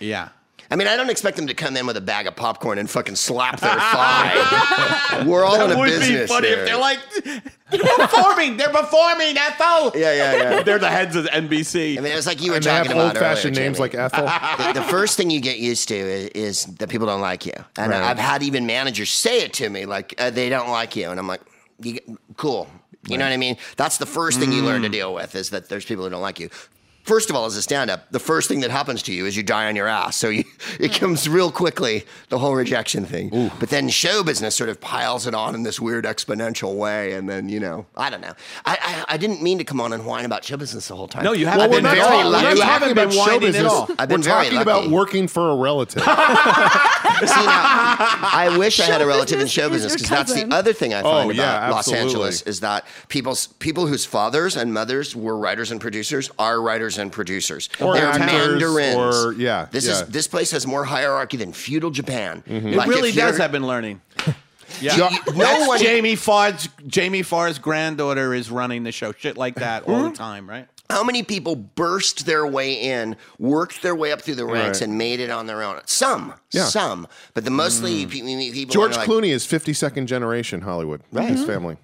S4: Yeah.
S6: I mean, I don't expect them to come in with a bag of popcorn and fucking slap their thigh. We're all in a
S4: would
S6: business.
S4: be funny
S6: here.
S4: if they're like they're performing, they're performing, Ethel.
S6: yeah, yeah, yeah.
S4: They're the heads of the NBC.
S6: I mean, it was like you were
S2: and they
S6: talking
S2: have
S6: about
S2: old-fashioned
S6: earlier,
S2: names
S6: Jamie.
S2: like Ethel.
S6: the, the first thing you get used to is, is that people don't like you. And
S2: Right.
S6: I've had even managers say it to me, like uh, they don't like you, and I'm like, you, get- cool. You know what I mean? That's the first thing you learn to deal with is that there's people who don't like you. First of all, as a stand-up, the first thing that happens to you is you die on your ass. So you, it comes real quickly, the whole rejection thing. But then show business sort of piles it on in this weird exponential way, and then you know, I don't know. I I, I didn't mean to come on and whine about show business the whole time.
S4: No, you
S2: Well,
S4: haven't
S2: we're
S4: been
S2: not,
S6: very
S2: talking,
S6: lucky.
S2: we're
S6: You
S2: not talking
S4: haven't
S2: about
S4: been
S2: show
S4: whining at
S2: business.
S4: all.
S6: I've
S2: We're
S6: been very
S2: talking about
S6: lucky.
S2: working for a relative.
S6: See, now, I wish I had a relative in
S5: business
S6: show
S5: is
S6: business
S5: your
S6: because that's the
S5: cousin.
S6: other thing I
S2: Oh,
S6: find
S2: yeah,
S6: about Los
S2: absolutely.
S6: Angeles is that people's people whose fathers and mothers were writers and producers are writers and producers.
S2: Or
S6: They're
S2: actors,
S6: mandarins.
S2: or- yeah,
S6: this
S2: yeah. Mm-hmm.
S6: is this place has more hierarchy than feudal Japan.
S4: it
S6: Like,
S4: really
S6: if you're-
S4: does. I've been learning. Yeah.
S6: You- you- no
S4: That's
S6: one-
S4: Jamie Farr's Jamie Farr's granddaughter is running the show. Shit like that all the time, right?
S6: How many people burst their way in, worked their way up through the ranks,
S2: Right.
S6: and made it on their own? Some,
S2: Yeah. Mm.
S6: some, but the mostly pe- people.
S2: George
S6: are like, Mm-hmm.
S2: Clooney is 52nd generation Hollywood. His family.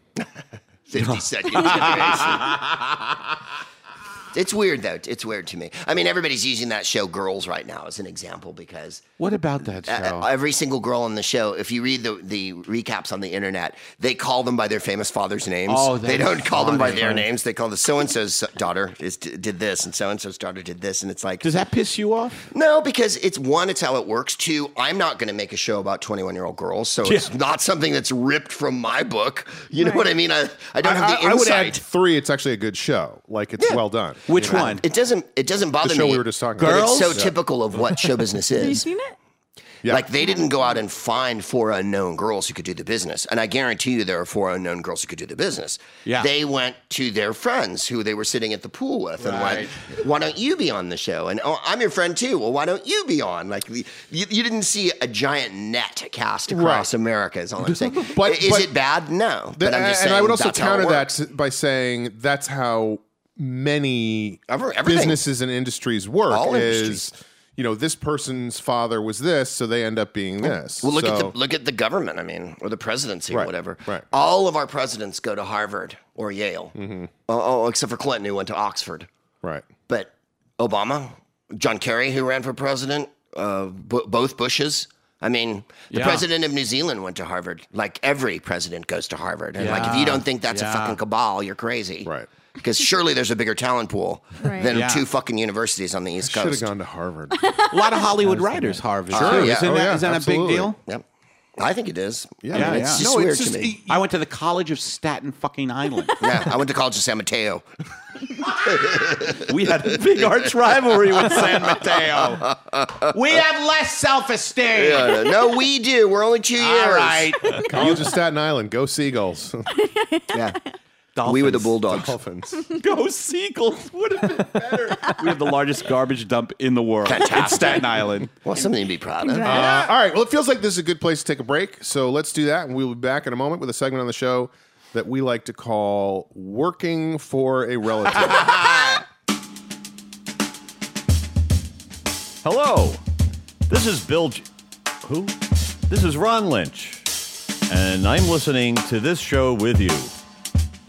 S6: 50 second generation. It's weird though. It's weird to me. I mean, everybody's using that show Girls right now as an example because
S4: What about that show?
S6: uh, every single girl on the show, if you read the, the recaps on the internet, they call them by their famous father's names.
S4: Oh,
S6: they
S4: that's
S6: don't call them by
S4: funny.
S6: their names. They call the so and so's daughter is, did this and so and so's daughter did this, and it's like
S4: Does that piss you off?
S6: no, because it's one, it's how it works. Two, I'm not going to make a show about 21 year old girls, so it's not something that's ripped from my book. You know what I mean? I, I don't have the
S2: I, I would add
S6: insight.
S2: three. It's actually a good show. Like it's
S6: Yeah.
S2: well done.
S4: Which one?
S6: it doesn't. It doesn't bother
S2: show
S6: me.
S2: we were just talking
S6: but
S2: about.
S6: It's so
S2: Girls? Yeah.
S6: typical of what show business
S5: Have you
S6: is.
S5: seen it?
S2: Yeah.
S6: Like they didn't go out and find four unknown girls who could do the business, and I guarantee you there are four unknown girls who could do the business.
S4: Yeah.
S6: they went to their friends who they were sitting at the pool with, and went, "Why don't you be on the show?" And oh, I'm your friend too. Well, why don't you be on? Like you, you didn't see a giant net cast across
S2: Right.
S6: America. Is all I'm saying.
S2: But-
S6: is
S2: but-
S6: it bad? No,
S2: The-
S6: but I'm just
S2: and
S6: saying.
S2: I would also
S6: that's how it
S2: counter that
S6: works.
S2: s- by saying that's how many
S6: Ever- everything.
S2: businesses and industries work.
S6: All
S2: is
S6: industries.
S2: you know this person's father was this, so they end up being this.
S6: Well, look
S2: So-
S6: at the look at the government. I mean, or the presidency,
S2: Right,
S6: or whatever.
S2: right.
S6: All of our presidents go to Harvard or Yale.
S2: Mm-hmm.
S6: Oh, oh, except for Clinton, who went to Oxford.
S2: right.
S6: But Obama, John Kerry, who ran for president, uh, b- both Bushes. I mean, the
S4: Yeah.
S6: president of New Zealand went to Harvard. Like every president goes to Harvard. And like, if you
S4: Yeah,
S6: don't think that's a
S4: yeah.
S6: fucking cabal, you're crazy.
S2: Right.
S6: Because surely there's a bigger talent pool
S5: Right.
S6: than
S4: Yeah.
S6: two fucking universities on the East
S2: Should have
S6: Coast.
S2: gone to Harvard.
S4: A lot of Hollywood writers Harvard.
S6: Sure, yeah.
S4: Isn't,
S6: Oh,
S4: that,
S2: yeah,
S4: is that a big
S2: absolutely.
S4: deal?
S6: Yep. I think it is. I
S2: Yeah,
S6: mean, it's
S4: yeah.
S6: just
S4: No, e-,
S6: weird
S2: it's just-
S6: to me.
S4: I went to the College of Staten fucking Island.
S6: yeah, I went to college in San Mateo.
S4: we had a big arch rivalry with San Mateo. We have less self esteem.
S6: Uh, no, we do. We're only two years.
S4: All right.
S2: College of Staten Island. Go Seagulls.
S6: Yeah. We were the
S4: Dolphins.
S6: Bulldogs.
S2: Dolphins.
S4: Go Seagulls would have been better. we have the largest garbage dump in the world. It's
S6: Fantastic.
S4: Staten Island.
S6: Well, something to be proud of.
S2: Uh, all right. Well, it feels like this is a good place to take a break. So let's do that. And we'll be back in a moment with a segment on the show that we like to call Working for a Relative.
S7: Hello, this is Bill. J- Who? This is Ron Lynch, and I'm listening to this show with you.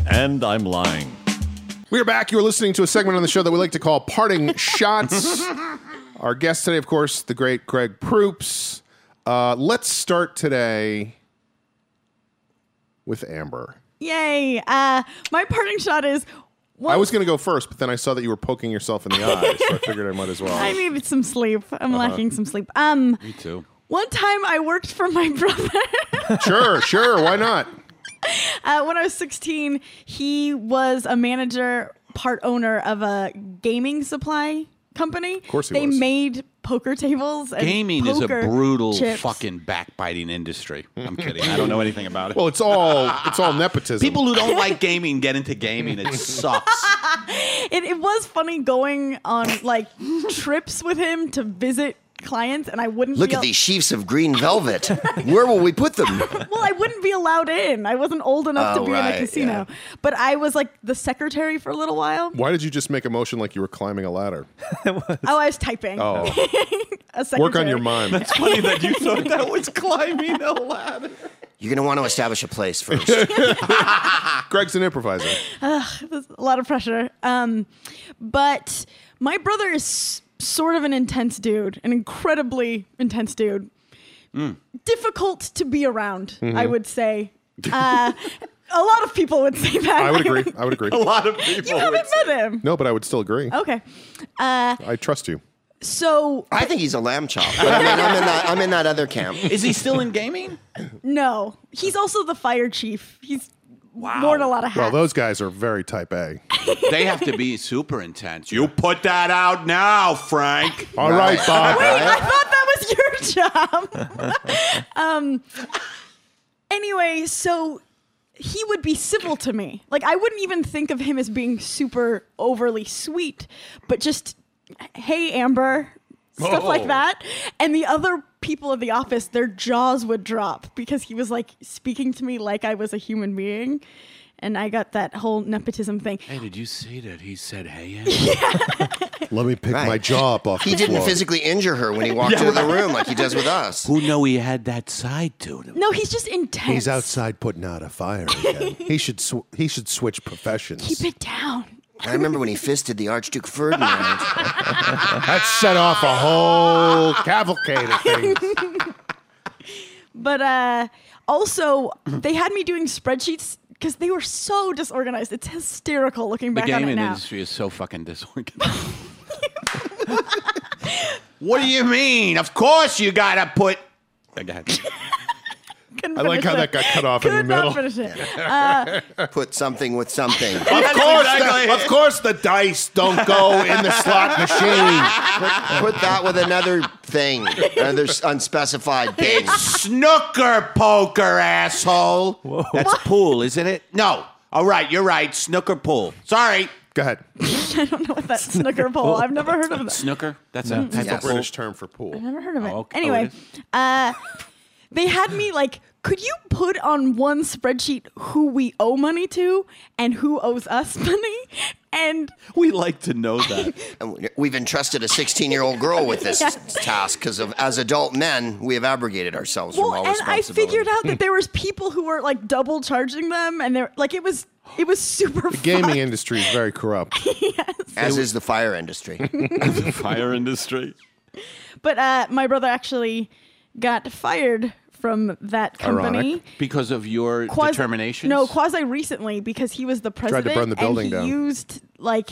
S7: And I'm lying.
S2: We are back. You are listening to a segment on the show that we like to call Parting Shots. Our guest today, of course, the great Greg Proops. Uh, let's start today with Amber.
S5: Yay. Uh, my parting shot is. Well,
S2: I was going to go first, but then I saw that you were poking yourself in the eye, so I figured I might as well.
S5: I needed some sleep. I'm lacking some sleep. Um,
S4: Me too.
S5: one time I worked for my brother.
S2: sure, sure. Why not?
S5: uh, when I was 16, he was a manager, part owner of a gaming supply company. Of
S2: course he
S5: they
S2: was.
S5: made poker tables. And
S4: Gaming is a
S5: poker
S4: brutal
S5: chips.
S4: fucking backbiting industry. I'm kidding. I don't know anything about it.
S2: Well, it's all it's all nepotism.
S4: People who don't like gaming get into gaming. It sucks.
S5: It, it was funny going on like trips with him to visit clients, and I wouldn't
S6: Look
S5: be
S6: at
S5: al-
S6: these sheaves of green velvet. Where will we put them?
S5: Well, I wouldn't be allowed in. I wasn't old enough
S6: Oh,
S5: to be in
S6: right,
S5: a casino, but I was like the secretary for a little while.
S2: Why did you just make a motion like you were climbing a ladder?
S5: Oh, I was typing.
S2: Oh,
S5: a secretary.
S2: work on your mind.
S4: It's funny that you thought that was climbing a ladder.
S6: You're going to want to establish a place first.
S2: Greg's an improviser.
S5: There's a lot of pressure. Um, but my brother is sort of an intense dude, an incredibly intense dude. Difficult to be around,
S2: Mm-hmm.
S5: I would say. Uh, a lot of people would say that.
S2: I would agree. I would agree.
S4: A lot of people.
S5: you haven't met him.
S2: No, but I would still agree.
S5: Okay.
S2: I trust you.
S5: So
S6: I think he's a lamb chop. But I mean, I'm in that, I'm in that other camp.
S4: Is he still in gaming?
S5: no, he's also the fire chief. He's worn a lot of
S2: Well,
S5: hats.
S2: those guys are very type A.
S4: They have to be super intense. You put that out now, Frank.
S2: All right, Bob.
S5: Wait, I thought that was your job. um, anyway, so he would be civil to me. Like I wouldn't even think of him as being super overly sweet, but just hey Amber, stuff like that. And the other people of the office, their jaws would drop because he was like speaking to me like I was a human being. And I got that whole nepotism thing.
S4: Hey, did you see that he said, hey,
S2: Let me pick
S6: Right.
S2: my jaw up off
S6: He
S2: the
S6: didn't
S2: floor.
S6: physically injure her when he walked into the room like he does with us.
S4: Who know he had that side to him?
S5: No, he's just intense.
S2: putting out a fire again. he should sw- he should switch professions.
S5: Keep it down.
S6: I remember when he fisted the Archduke Ferdinand.
S2: That set off a whole cavalcade of things.
S5: But uh, also, they had me doing spreadsheets because they were so disorganized. It's hysterical looking
S4: The
S5: back on it
S4: gaming
S5: now.
S4: industry is so fucking disorganized. what do you mean? Of course you gotta put. Go ahead.
S5: Couldn't
S2: I like
S5: finish
S2: how
S5: it.
S2: that got cut off in the
S5: Could not
S2: middle.
S5: finish it.
S6: Put something with something.
S2: Of course, the, of course, the dice don't go in the slot machine.
S6: Put that with another thing, another s- unspecified thing.
S4: Snooker poker, asshole. That's pool, isn't it? No. All right, you're right. Snooker pool. Sorry.
S2: Go ahead.
S5: What that snooker pole? I've never heard of that.
S4: Snooker? That's a type
S6: Yes.
S4: of pool.
S2: British term for pool.
S5: Never heard of it.
S4: Oh, okay.
S5: anyway,
S4: Oh,
S5: uh, they had me like, could you put on one spreadsheet who we owe money to and who owes us money? And
S4: We like to know that.
S6: And We've entrusted a 16-year-old girl with this task because, of as adult men, we have abrogated ourselves
S5: well,
S6: from all
S5: and I
S6: responsibility.
S5: figured out that there was people who were like double charging them, and they're like, it was it was super.
S2: Gaming industry is very corrupt.
S6: as is the fire industry.
S7: Fire industry.
S5: But uh, my brother actually got fired from that company.
S2: Ironic.
S4: Because of your
S5: Quasi-
S4: determination?
S5: No, quasi recently because he was the president.
S2: burn the building
S5: and he
S2: down.
S5: used like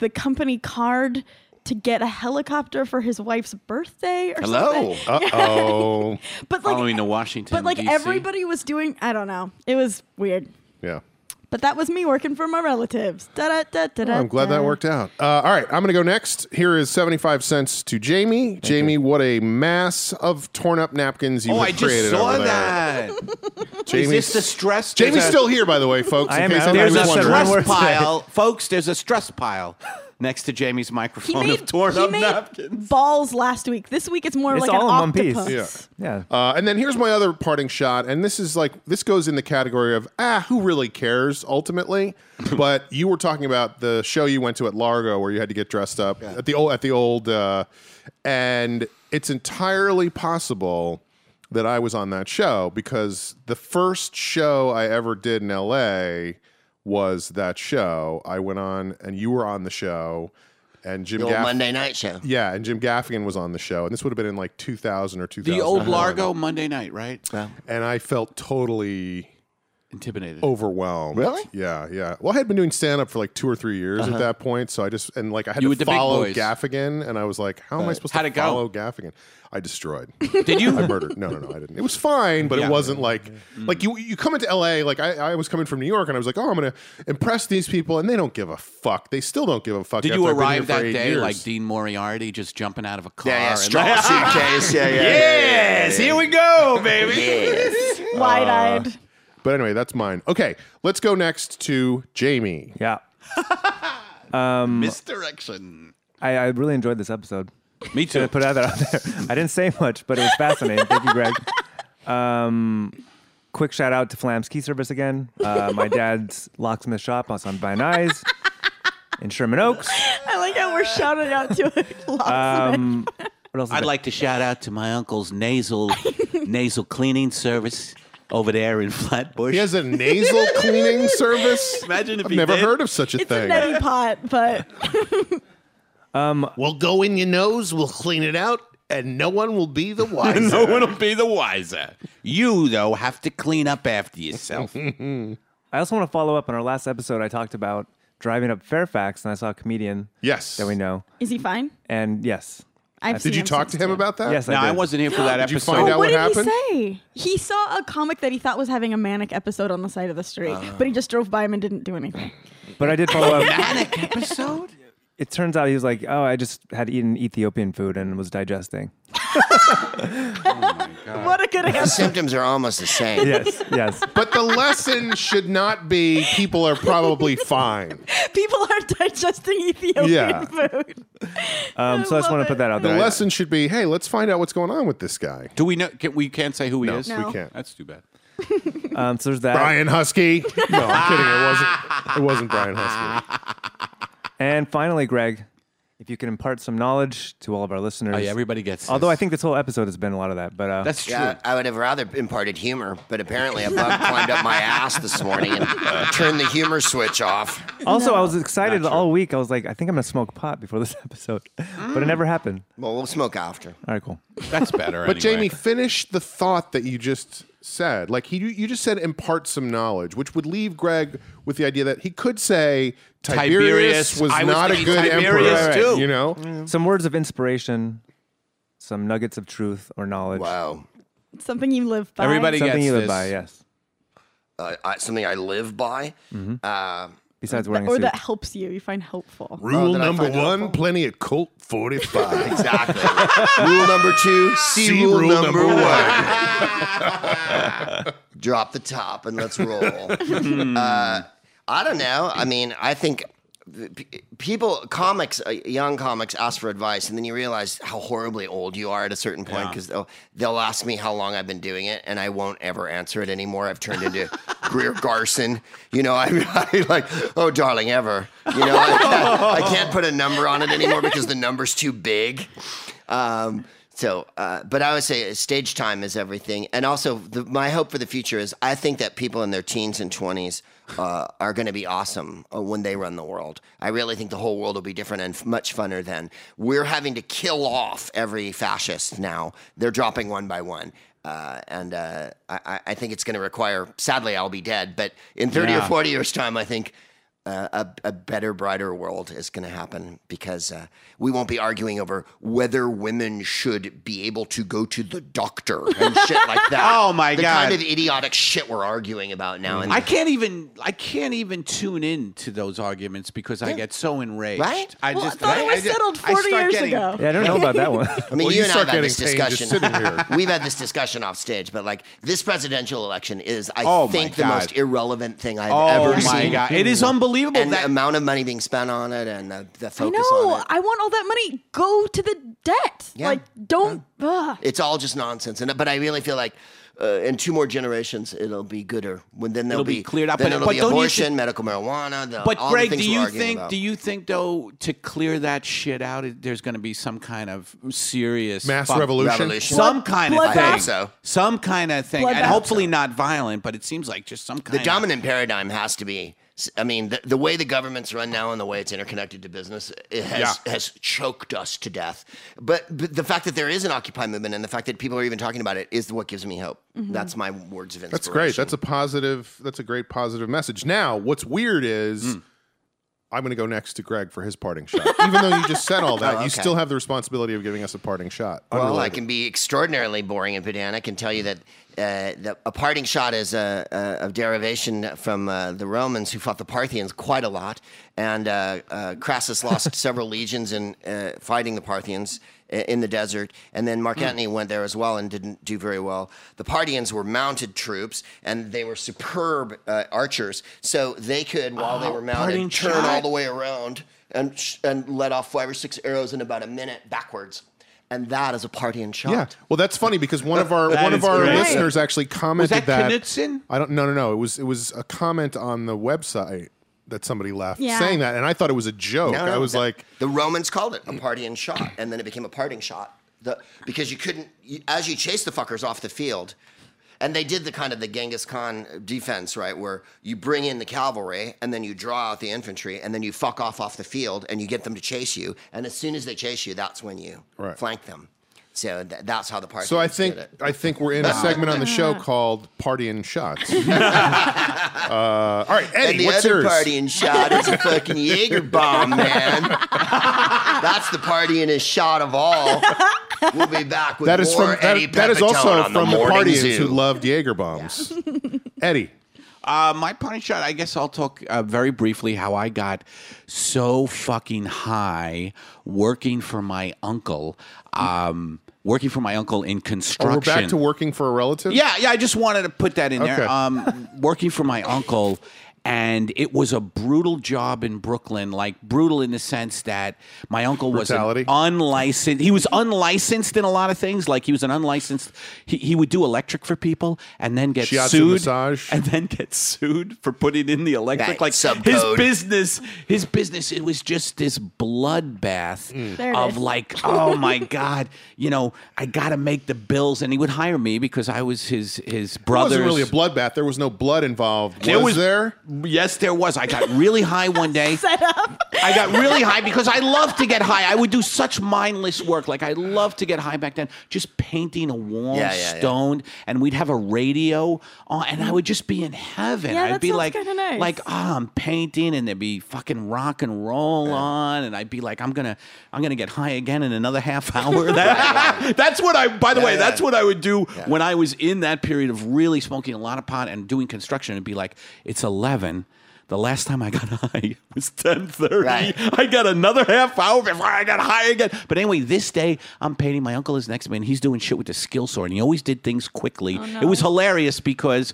S5: the company card to get a helicopter for his wife's birthday or
S6: Hello.
S5: something.
S2: Uh oh.
S5: But like,
S4: Following to Washington.
S5: but like
S4: DC.
S5: everybody was doing. I don't know. It was weird.
S2: Yeah.
S5: But that was me working for my relatives. Da da da da.
S2: I'm glad that worked out. Uh, all right, I'm going to go next. Here is 75 cents to Jamie. Jamie, what a mass of torn up napkins you
S4: Oh,
S2: have
S4: I just
S2: created
S4: saw
S2: over there.
S4: that. Is
S2: Jamie's-
S4: this the stress?
S2: Jamie's
S4: there's a-
S2: still here, by the way, folks.
S3: I
S2: in
S3: am-
S2: case
S3: I am-
S2: anyone
S3: I
S4: There's a
S2: was
S3: missed it.
S2: wondering.
S3: One more
S4: stress
S3: second.
S4: pile, folks. There's a stress pile next to Jamie's
S5: He
S4: microphone of
S5: made,
S4: torn
S5: he
S4: up
S5: made
S4: napkins.
S5: balls last week. This week it's more
S3: It's
S5: like
S3: all
S5: an
S3: in one piece.
S5: octopus.
S3: Yeah.
S2: Uh, and then here's my other parting shot, and this is like this goes in the category of ah, who really cares ultimately. but you were talking about the show you went to at Largo where you had to get dressed up at the old at the old, uh, and it's entirely possible that I was on that show because the first show I ever did in L.A. was that show. I went on, and you were on the show, and Jim
S6: The old
S2: Gaff-
S6: Monday night show.
S2: yeah, and Jim Gaffigan was on the show, and this would have been in like 2000 or 2000.
S4: The old Largo Monday night, right?
S2: and I felt totally
S4: Intimidated.
S2: oh, overwhelmed.
S6: Really?
S2: Yeah, yeah. Well, I had been doing stand up for like two or three years at that point, so I just and like I had
S4: You were
S2: to
S4: the big
S2: follow
S4: boys.
S2: Gaffigan, and I was like, how am I supposed
S4: How'd
S2: to
S4: it go?
S2: follow Gaffigan? I destroyed.
S4: Did you?
S2: I murdered. No, no, no, I didn't. It was fine, but
S4: Yeah. Mm-hmm.
S2: it wasn't like like you you come into L.A. Like I, I was coming from New York, and I was like, oh, I'm gonna impress these people, and they don't give a fuck. They still don't give a fuck.
S4: Did
S2: after
S4: you
S2: I've been
S4: arrive
S2: here for
S4: that
S2: eight
S4: day
S2: years.
S4: like Dean Moriarty, just jumping out of a car?
S6: Yeah, yeah,
S4: and-
S6: straw suitcase. Yeah, yeah.
S4: yes, here we go, baby.
S6: Yes.
S5: Wide
S2: Uh,
S5: eyed.
S2: But anyway, that's mine. Okay, let's go next to Jamie.
S3: Yeah.
S4: Misdirection.
S3: I, I really enjoyed this episode.
S4: Me too.
S3: I put out that out there. I didn't say much, but it was fascinating. Thank you, Greg. Um, quick shout out to Flam's Key Service again. Uh, my dad's locksmith shop on Sun Van Nuys in Sherman Oaks.
S5: I like how we're shouting out to a locksmith.
S3: Um, what else? is
S4: I'd
S3: there?
S4: like to shout out to my uncle's nasal nasal cleaning service over there in Flatbush.
S2: He has a nasal cleaning service.
S4: Imagine if
S2: I've
S4: he
S2: never
S4: did.
S2: heard of such a
S5: It's a
S2: thing.
S5: neti pot, but
S2: We'll go in your nose, we'll clean it out, and no one will be the wiser.
S4: no one will be the
S6: Oh,
S4: wiser. You though have to clean up after yourself.
S3: I also want to follow up on our last episode. I talked about driving up Fairfax, and I saw a comedian
S2: Yes.
S3: that we know.
S5: is he fine?
S3: And yes,
S5: I've
S2: Did you talk to him about that?
S3: yes,
S4: No,
S3: I,
S4: I
S3: did.
S4: wasn't here for that
S2: Did you
S4: episode.
S2: find
S5: Oh,
S2: out
S5: what
S2: what
S5: did
S2: happened?
S5: he say? He saw a comic that he thought was having a manic episode on the side of the street, but he just drove by him and didn't do anything.
S3: But I did follow up.
S4: Manic episode?
S3: it turns out he was like, "Oh, I just had eaten Ethiopian food and was digesting."
S5: What a good
S6: The
S5: answer!
S6: symptoms are almost the same.
S3: Yes, yes.
S2: But the lesson should not be people are probably fine.
S5: People are digesting Ethiopian
S2: Yeah.
S5: food.
S3: Um, so I just
S5: love
S3: want to
S5: it.
S3: put that out
S2: The
S3: there. I-
S2: lesson should be, hey, let's find out what's going on with this guy.
S4: Do we know? Can, we can't say who he
S2: No,
S4: is.
S5: No.
S2: we can't.
S4: That's too bad.
S3: Um, so there's that.
S2: Brian Husky. No, I'm kidding. It wasn't. It wasn't Brian Husky.
S3: And finally, Greg, if you can impart some knowledge to all of our listeners.
S4: Oh, yeah, everybody gets.
S3: Although I
S4: this.
S3: think this whole episode has been a lot of that, but uh,
S4: that's true.
S6: Yeah, I would have rather imparted humor, but apparently a bug climbed up my ass this morning and turned the humor switch off.
S3: also I was excited all week. I was like, I think I'm gonna smoke pot before this episode, but
S4: Mm.
S3: it never happened.
S6: Well, we'll smoke after.
S3: All right, cool.
S4: That's better.
S2: But
S4: anyway.
S2: Jamie, finish the thought that you just said. Like he, you just said impart some knowledge, which would leave Greg with the idea that he could say Tiberius,
S4: Tiberius.
S2: was
S4: I was
S2: not a
S4: thinking
S2: good
S4: Tiberius,
S2: emperor.
S4: too. Mm.
S2: You know,
S3: Some words of inspiration, some nuggets of truth or knowledge.
S6: Wow.
S5: Something you live by.
S4: Everybody-
S3: Something
S4: gets
S3: you live
S4: this.
S3: by, yes.
S6: Uh, I, something I live by. Uh,
S3: Besides wearing
S5: or
S3: a suit.
S5: that helps you, you find helpful.
S2: rule
S6: did I
S2: number
S6: find it
S2: one:
S6: helpful?
S2: plenty of Colt forty-five.
S6: exactly. rule number two, see,
S2: See
S6: rule,
S2: rule
S6: number,
S2: number
S6: one. Drop the top and let's roll. uh, I don't know. I mean, I think p- people, comics, uh, young comics, ask for advice, and then you realize how horribly old you are at a certain point because they'll, they'll ask me how long I've been doing it, and I won't ever answer it anymore. I've turned into Greer Garson. You know, I'm, I'm like, oh, darling, ever. You know, I can't, I can't put a number on it anymore because the number's too big. Um, so, uh, but I would say stage time is everything. And also, the, my hope for the future is I think that people in their teens and 20s uh, are going to be awesome uh, when they run the world. I really think the whole world will be different and f- much funner then. We're having to kill off every fascist now, they're dropping one by one. Uh, and uh, I- I, I think it's going to require, sadly, I'll be dead, but in 30 or 40 years' time, I think uh, a, a better, brighter world is going to happen because uh, we won't be arguing over whether women should be able to go to the doctor and shit like that.
S4: Oh, my
S6: the
S4: God.
S6: kind of idiotic shit we're arguing about now. And
S4: I can't even I can't even tune in to those arguments because I get so enraged.
S6: Right?
S4: I
S5: well,
S4: just
S5: I thought it was
S4: ju-
S5: settled
S4: I
S5: 40
S4: start
S5: years
S4: getting-
S5: ago.
S3: yeah, I don't know about that one.
S6: I mean,
S2: Well,
S6: you,
S2: you
S6: and I
S2: start
S6: have had this
S2: getting paid just
S6: discussion.
S2: sitting here.
S6: We've had this discussion off stage, but like this presidential election is, I
S4: Oh, my
S6: think, the
S4: God.
S6: most irrelevant thing I've
S4: Oh
S6: ever
S4: my
S6: seen.
S4: god! It is unbelievable
S6: And the
S4: that
S6: amount of money being spent on it and the, the
S5: I
S6: focus on
S5: know.
S6: it.
S5: I want all that money. Go to the debt.
S6: Yeah.
S5: Like, don't. ugh.
S6: it's all just nonsense. And but I really feel like uh, in two more generations it'll be gooder. When then there'll
S4: It'll be cleared up,
S6: Then
S4: but-
S6: it'll
S4: but
S6: be
S4: don't you
S6: abortion,
S4: think-
S6: medical marijuana. The,
S4: But
S6: all
S4: Greg,
S6: the things
S4: do
S6: we're
S4: you
S6: arguing
S4: think
S6: about.
S4: do you think though to clear that shit out, it- there's going to be some kind of serious
S2: Mass
S4: fuck-
S2: revolution.
S6: revolution?
S4: some kind of
S5: bloodbath?
S4: thing,
S5: I
S6: hope so.
S4: some kind of thing, and
S5: Bloodbath.
S4: hopefully not violent. But it seems like just some kind.
S6: the dominant paradigm has to be. I mean, the, the way the governments run now and the way it's interconnected to business it has has choked us to death. But, but the fact that there is an Occupy movement and the fact that people are even talking about it is what gives me hope.
S4: Mm-hmm.
S6: That's my words of inspiration.
S2: That's great. That's a positive. That's a great positive message. Now, what's weird is.
S4: Mm.
S2: I'm going to go next to Greg for his parting shot. Even though you just said all
S4: Oh,
S2: that,
S6: okay.
S2: you still have the responsibility of giving us a parting shot.
S6: Well, I can be extraordinarily boring and pedantic and tell you that uh, the, a parting shot is a, a, a derivation from uh, the Romans who fought the Parthians quite a lot. And uh, uh, Crassus lost several legions in uh, fighting the Parthians i- in the desert. And then Mark Antony went there as well and didn't do very well. The Parthians were mounted troops and they were superb uh, archers. So they could, while they were
S4: parting
S6: mounted, turn
S4: shot.
S6: all the way around and, sh- and let off five or six arrows in about a minute backwards and that is a party and shot.
S2: Yeah. Well, that's funny because one of our
S4: That
S2: one of
S4: is
S2: our
S4: great.
S2: listeners actually commented
S4: that Knudsen?
S2: I don't. No, no, no. It was it was a comment on the website that somebody left
S5: Yeah.
S2: saying that, and I thought it was a joke.
S6: No,
S2: I
S6: no,
S2: was
S6: the-
S2: like,
S6: the Romans called it
S2: Mm.
S6: a party and shot, and then it became a parting shot. The, because you couldn't, you, as you chased the fuckers off the field, and they did the kind of the Genghis Khan defense, right, where you bring in the cavalry and then you draw out the infantry, and then you fuck off off the field and you get them to chase you, and as soon as they chase you, that's when you
S2: Right.
S6: flank them. So th- that's how the party.
S2: so I think I think we're in a segment on the show called "Party and Shots." uh, all right, Eddie,
S6: And the
S2: what's
S6: other
S2: yours?
S6: party and shot is a fucking Jaeger bomb, man. That's the party and a shot of all. We'll be back with
S2: that is
S6: more
S2: from
S6: Eddie
S2: that, that is
S6: Pepitone
S2: also
S6: on
S2: from the,
S6: Morning
S2: partyans
S6: Zoo.
S2: who loved Jaeger bombs. Eddie,
S4: Uh, my parting shot. I guess I'll talk uh, very briefly how I got so fucking high working for my uncle. Um, working for my uncle in
S2: oh,
S4: construction.
S2: we're back to working for a relative.
S4: Yeah, yeah. I just wanted to put that in there.
S2: Okay.
S4: Um, working for my uncle,
S8: and it was a brutal job in Brooklyn, like brutal in the sense that my uncle was
S2: Brutality?
S8: an unlicensed. He was unlicensed in a lot of things. Like he was an unlicensed. He, he would do electric for people and then get
S2: Shiatsu
S8: sued,
S2: massage?
S8: and then get sued for putting in the electric.
S6: Right,
S8: like his
S6: subcode.
S8: business, his business. It was just this bloodbath
S5: There it
S8: of
S5: is.
S8: like, oh my god, you know, I got to make the bills, and he would hire me because I was his his
S2: It
S8: brother's.
S2: wasn't really a bloodbath. There was no blood involved.
S8: There
S2: was,
S8: was-
S2: there?
S8: Yes, there was. I got really high one day. I got really high because I love to get high. I would do such mindless work. Like I love to get high back then, just painting a wall
S6: Yeah, yeah, yeah.
S8: stoned, and we'd have a radio on, and I would just be in heaven.
S5: Yeah,
S8: I'd
S5: that
S8: be
S5: sounds
S8: like,
S5: kinda nice.
S8: like ah, I'm painting, and there'd be fucking rock and roll on, and I'd be like, I'm gonna, I'm gonna get high again in another half hour. That- that's what I. By the way,
S6: yeah.
S8: that's what I would do when I was in that period of really smoking a lot of pot and doing construction, and be like, it's eleven. The last time I got high was ten thirty.
S6: Right.
S8: I got another half hour before I got high again. But anyway, this day I'm painting. My uncle is next to me, and he's doing shit with the skill saw, and he always did things quickly.
S5: Oh,
S8: It was hilarious because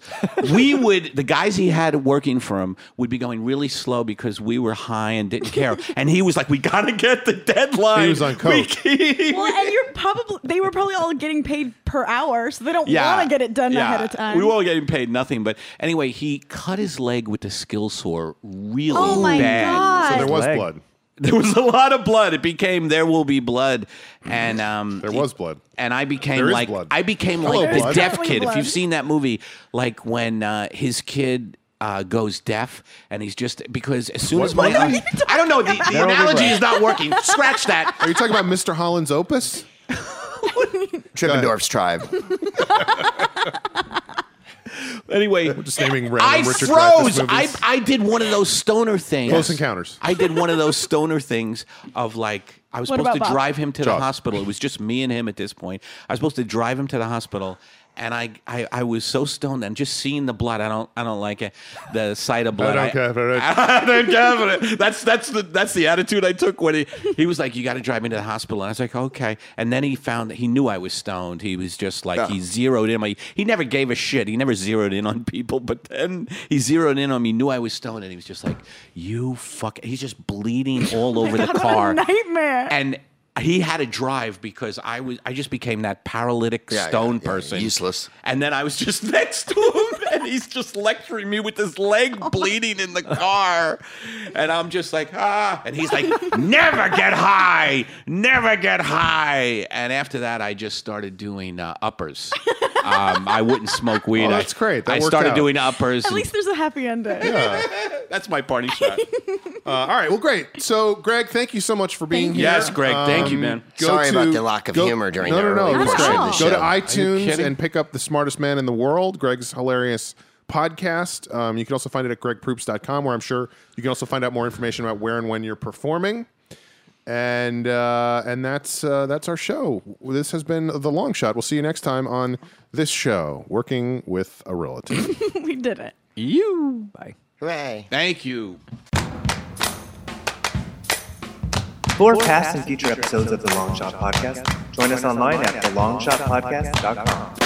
S8: we would the guys he had working for him would be going really slow because we were high and didn't care, and he was like, "We gotta get the deadline."
S2: He was on
S8: We-
S5: Well, and you're probably they were probably all getting paid per hour, so they don't want to get it done
S8: yeah.
S5: ahead of time.
S8: We were all getting paid nothing, but anyway, he cut his leg with the skill saw really
S5: oh my
S8: bad.
S5: god!
S2: So there was
S9: Leg.
S2: blood.
S8: There was a lot of blood. It became there will be blood, and um,
S2: There was blood.
S8: And I became
S2: There is
S8: like
S2: blood.
S8: I became
S2: Hello,
S8: like the
S2: blood.
S8: deaf
S5: Definitely
S8: kid. If
S5: blood.
S8: you've seen that movie, like when uh, his kid. Uh, goes deaf and he's just because as soon
S2: What-
S8: as my
S2: what are you
S8: I don't know the, the
S9: There will be
S8: analogy
S9: blood.
S8: is not working scratch that
S2: Are you talking about Mr. Holland's opus?
S6: Trippendorf's tribe.
S8: anyway
S2: Just naming random
S8: I
S2: Richard Dreyfuss
S8: froze. I,
S2: movies.
S8: I did one of those stoner things.
S2: Close Encounters.
S8: I did one of those stoner things of like I was
S5: What
S8: supposed
S5: about
S8: to
S5: Bob?
S8: drive him to
S2: Jaws.
S8: the hospital. It was just me and him at this point. I was supposed to drive him to the hospital. And I, I, I was so stoned and just seeing the blood. I don't I don't like it. The sight of blood.
S2: don't care for it.
S8: I don't care for it. That's that's the that's the attitude I took when he he was like, You gotta drive me to the hospital. And I was like, Okay. And then he found that he knew I was stoned. He was just like he zeroed in. Like, he never gave a shit. He never zeroed in on people, but then he zeroed in on me, knew I was stoned, and he was just like, You fuck he's just bleeding all over the
S5: God, what a
S8: car.
S5: nightmare.
S8: And he had to drive because I was I just became that paralytic
S6: Yeah,
S8: stone
S6: yeah, yeah,
S8: person.
S6: useless.
S8: And then I was just next to him, and he's just lecturing me with his leg
S5: Oh
S8: bleeding in the car. And I'm just like, ah. And he's like, never get high, never get high. And after that, I just started doing uh, uppers. Um, I wouldn't smoke weed.
S2: Oh, that's
S8: I-
S2: great. That
S8: I
S2: worked
S8: started
S2: out.
S8: doing uppers.
S5: At least there's a happy ending.
S8: that's my party shot.
S2: Uh, all right. Well, great. So, Greg, thank you so much for being here. Um,
S8: Yes, Greg, thank you, man.
S6: Sorry about the lack of humor during
S2: no,
S6: the
S2: no, no,
S6: early
S2: it was
S5: portion
S2: great.
S5: of the
S2: Go to
S6: show.
S2: iTunes
S8: kidding?
S2: and pick up The Smartest Man in the World, Greg's hilarious podcast. Um, you can also find it at gregproops.com, where I'm sure you can also find out more information about where and when you're performing. And uh, and that's uh, that's our show. This has been the long shot. We'll see you next time on this show, working with a relative.
S5: we did it.
S9: You. Bye.
S6: Hooray.
S8: Thank you.
S3: For past and future episodes of the Long Shot Podcast, join us online at thelongshotpodcast.com.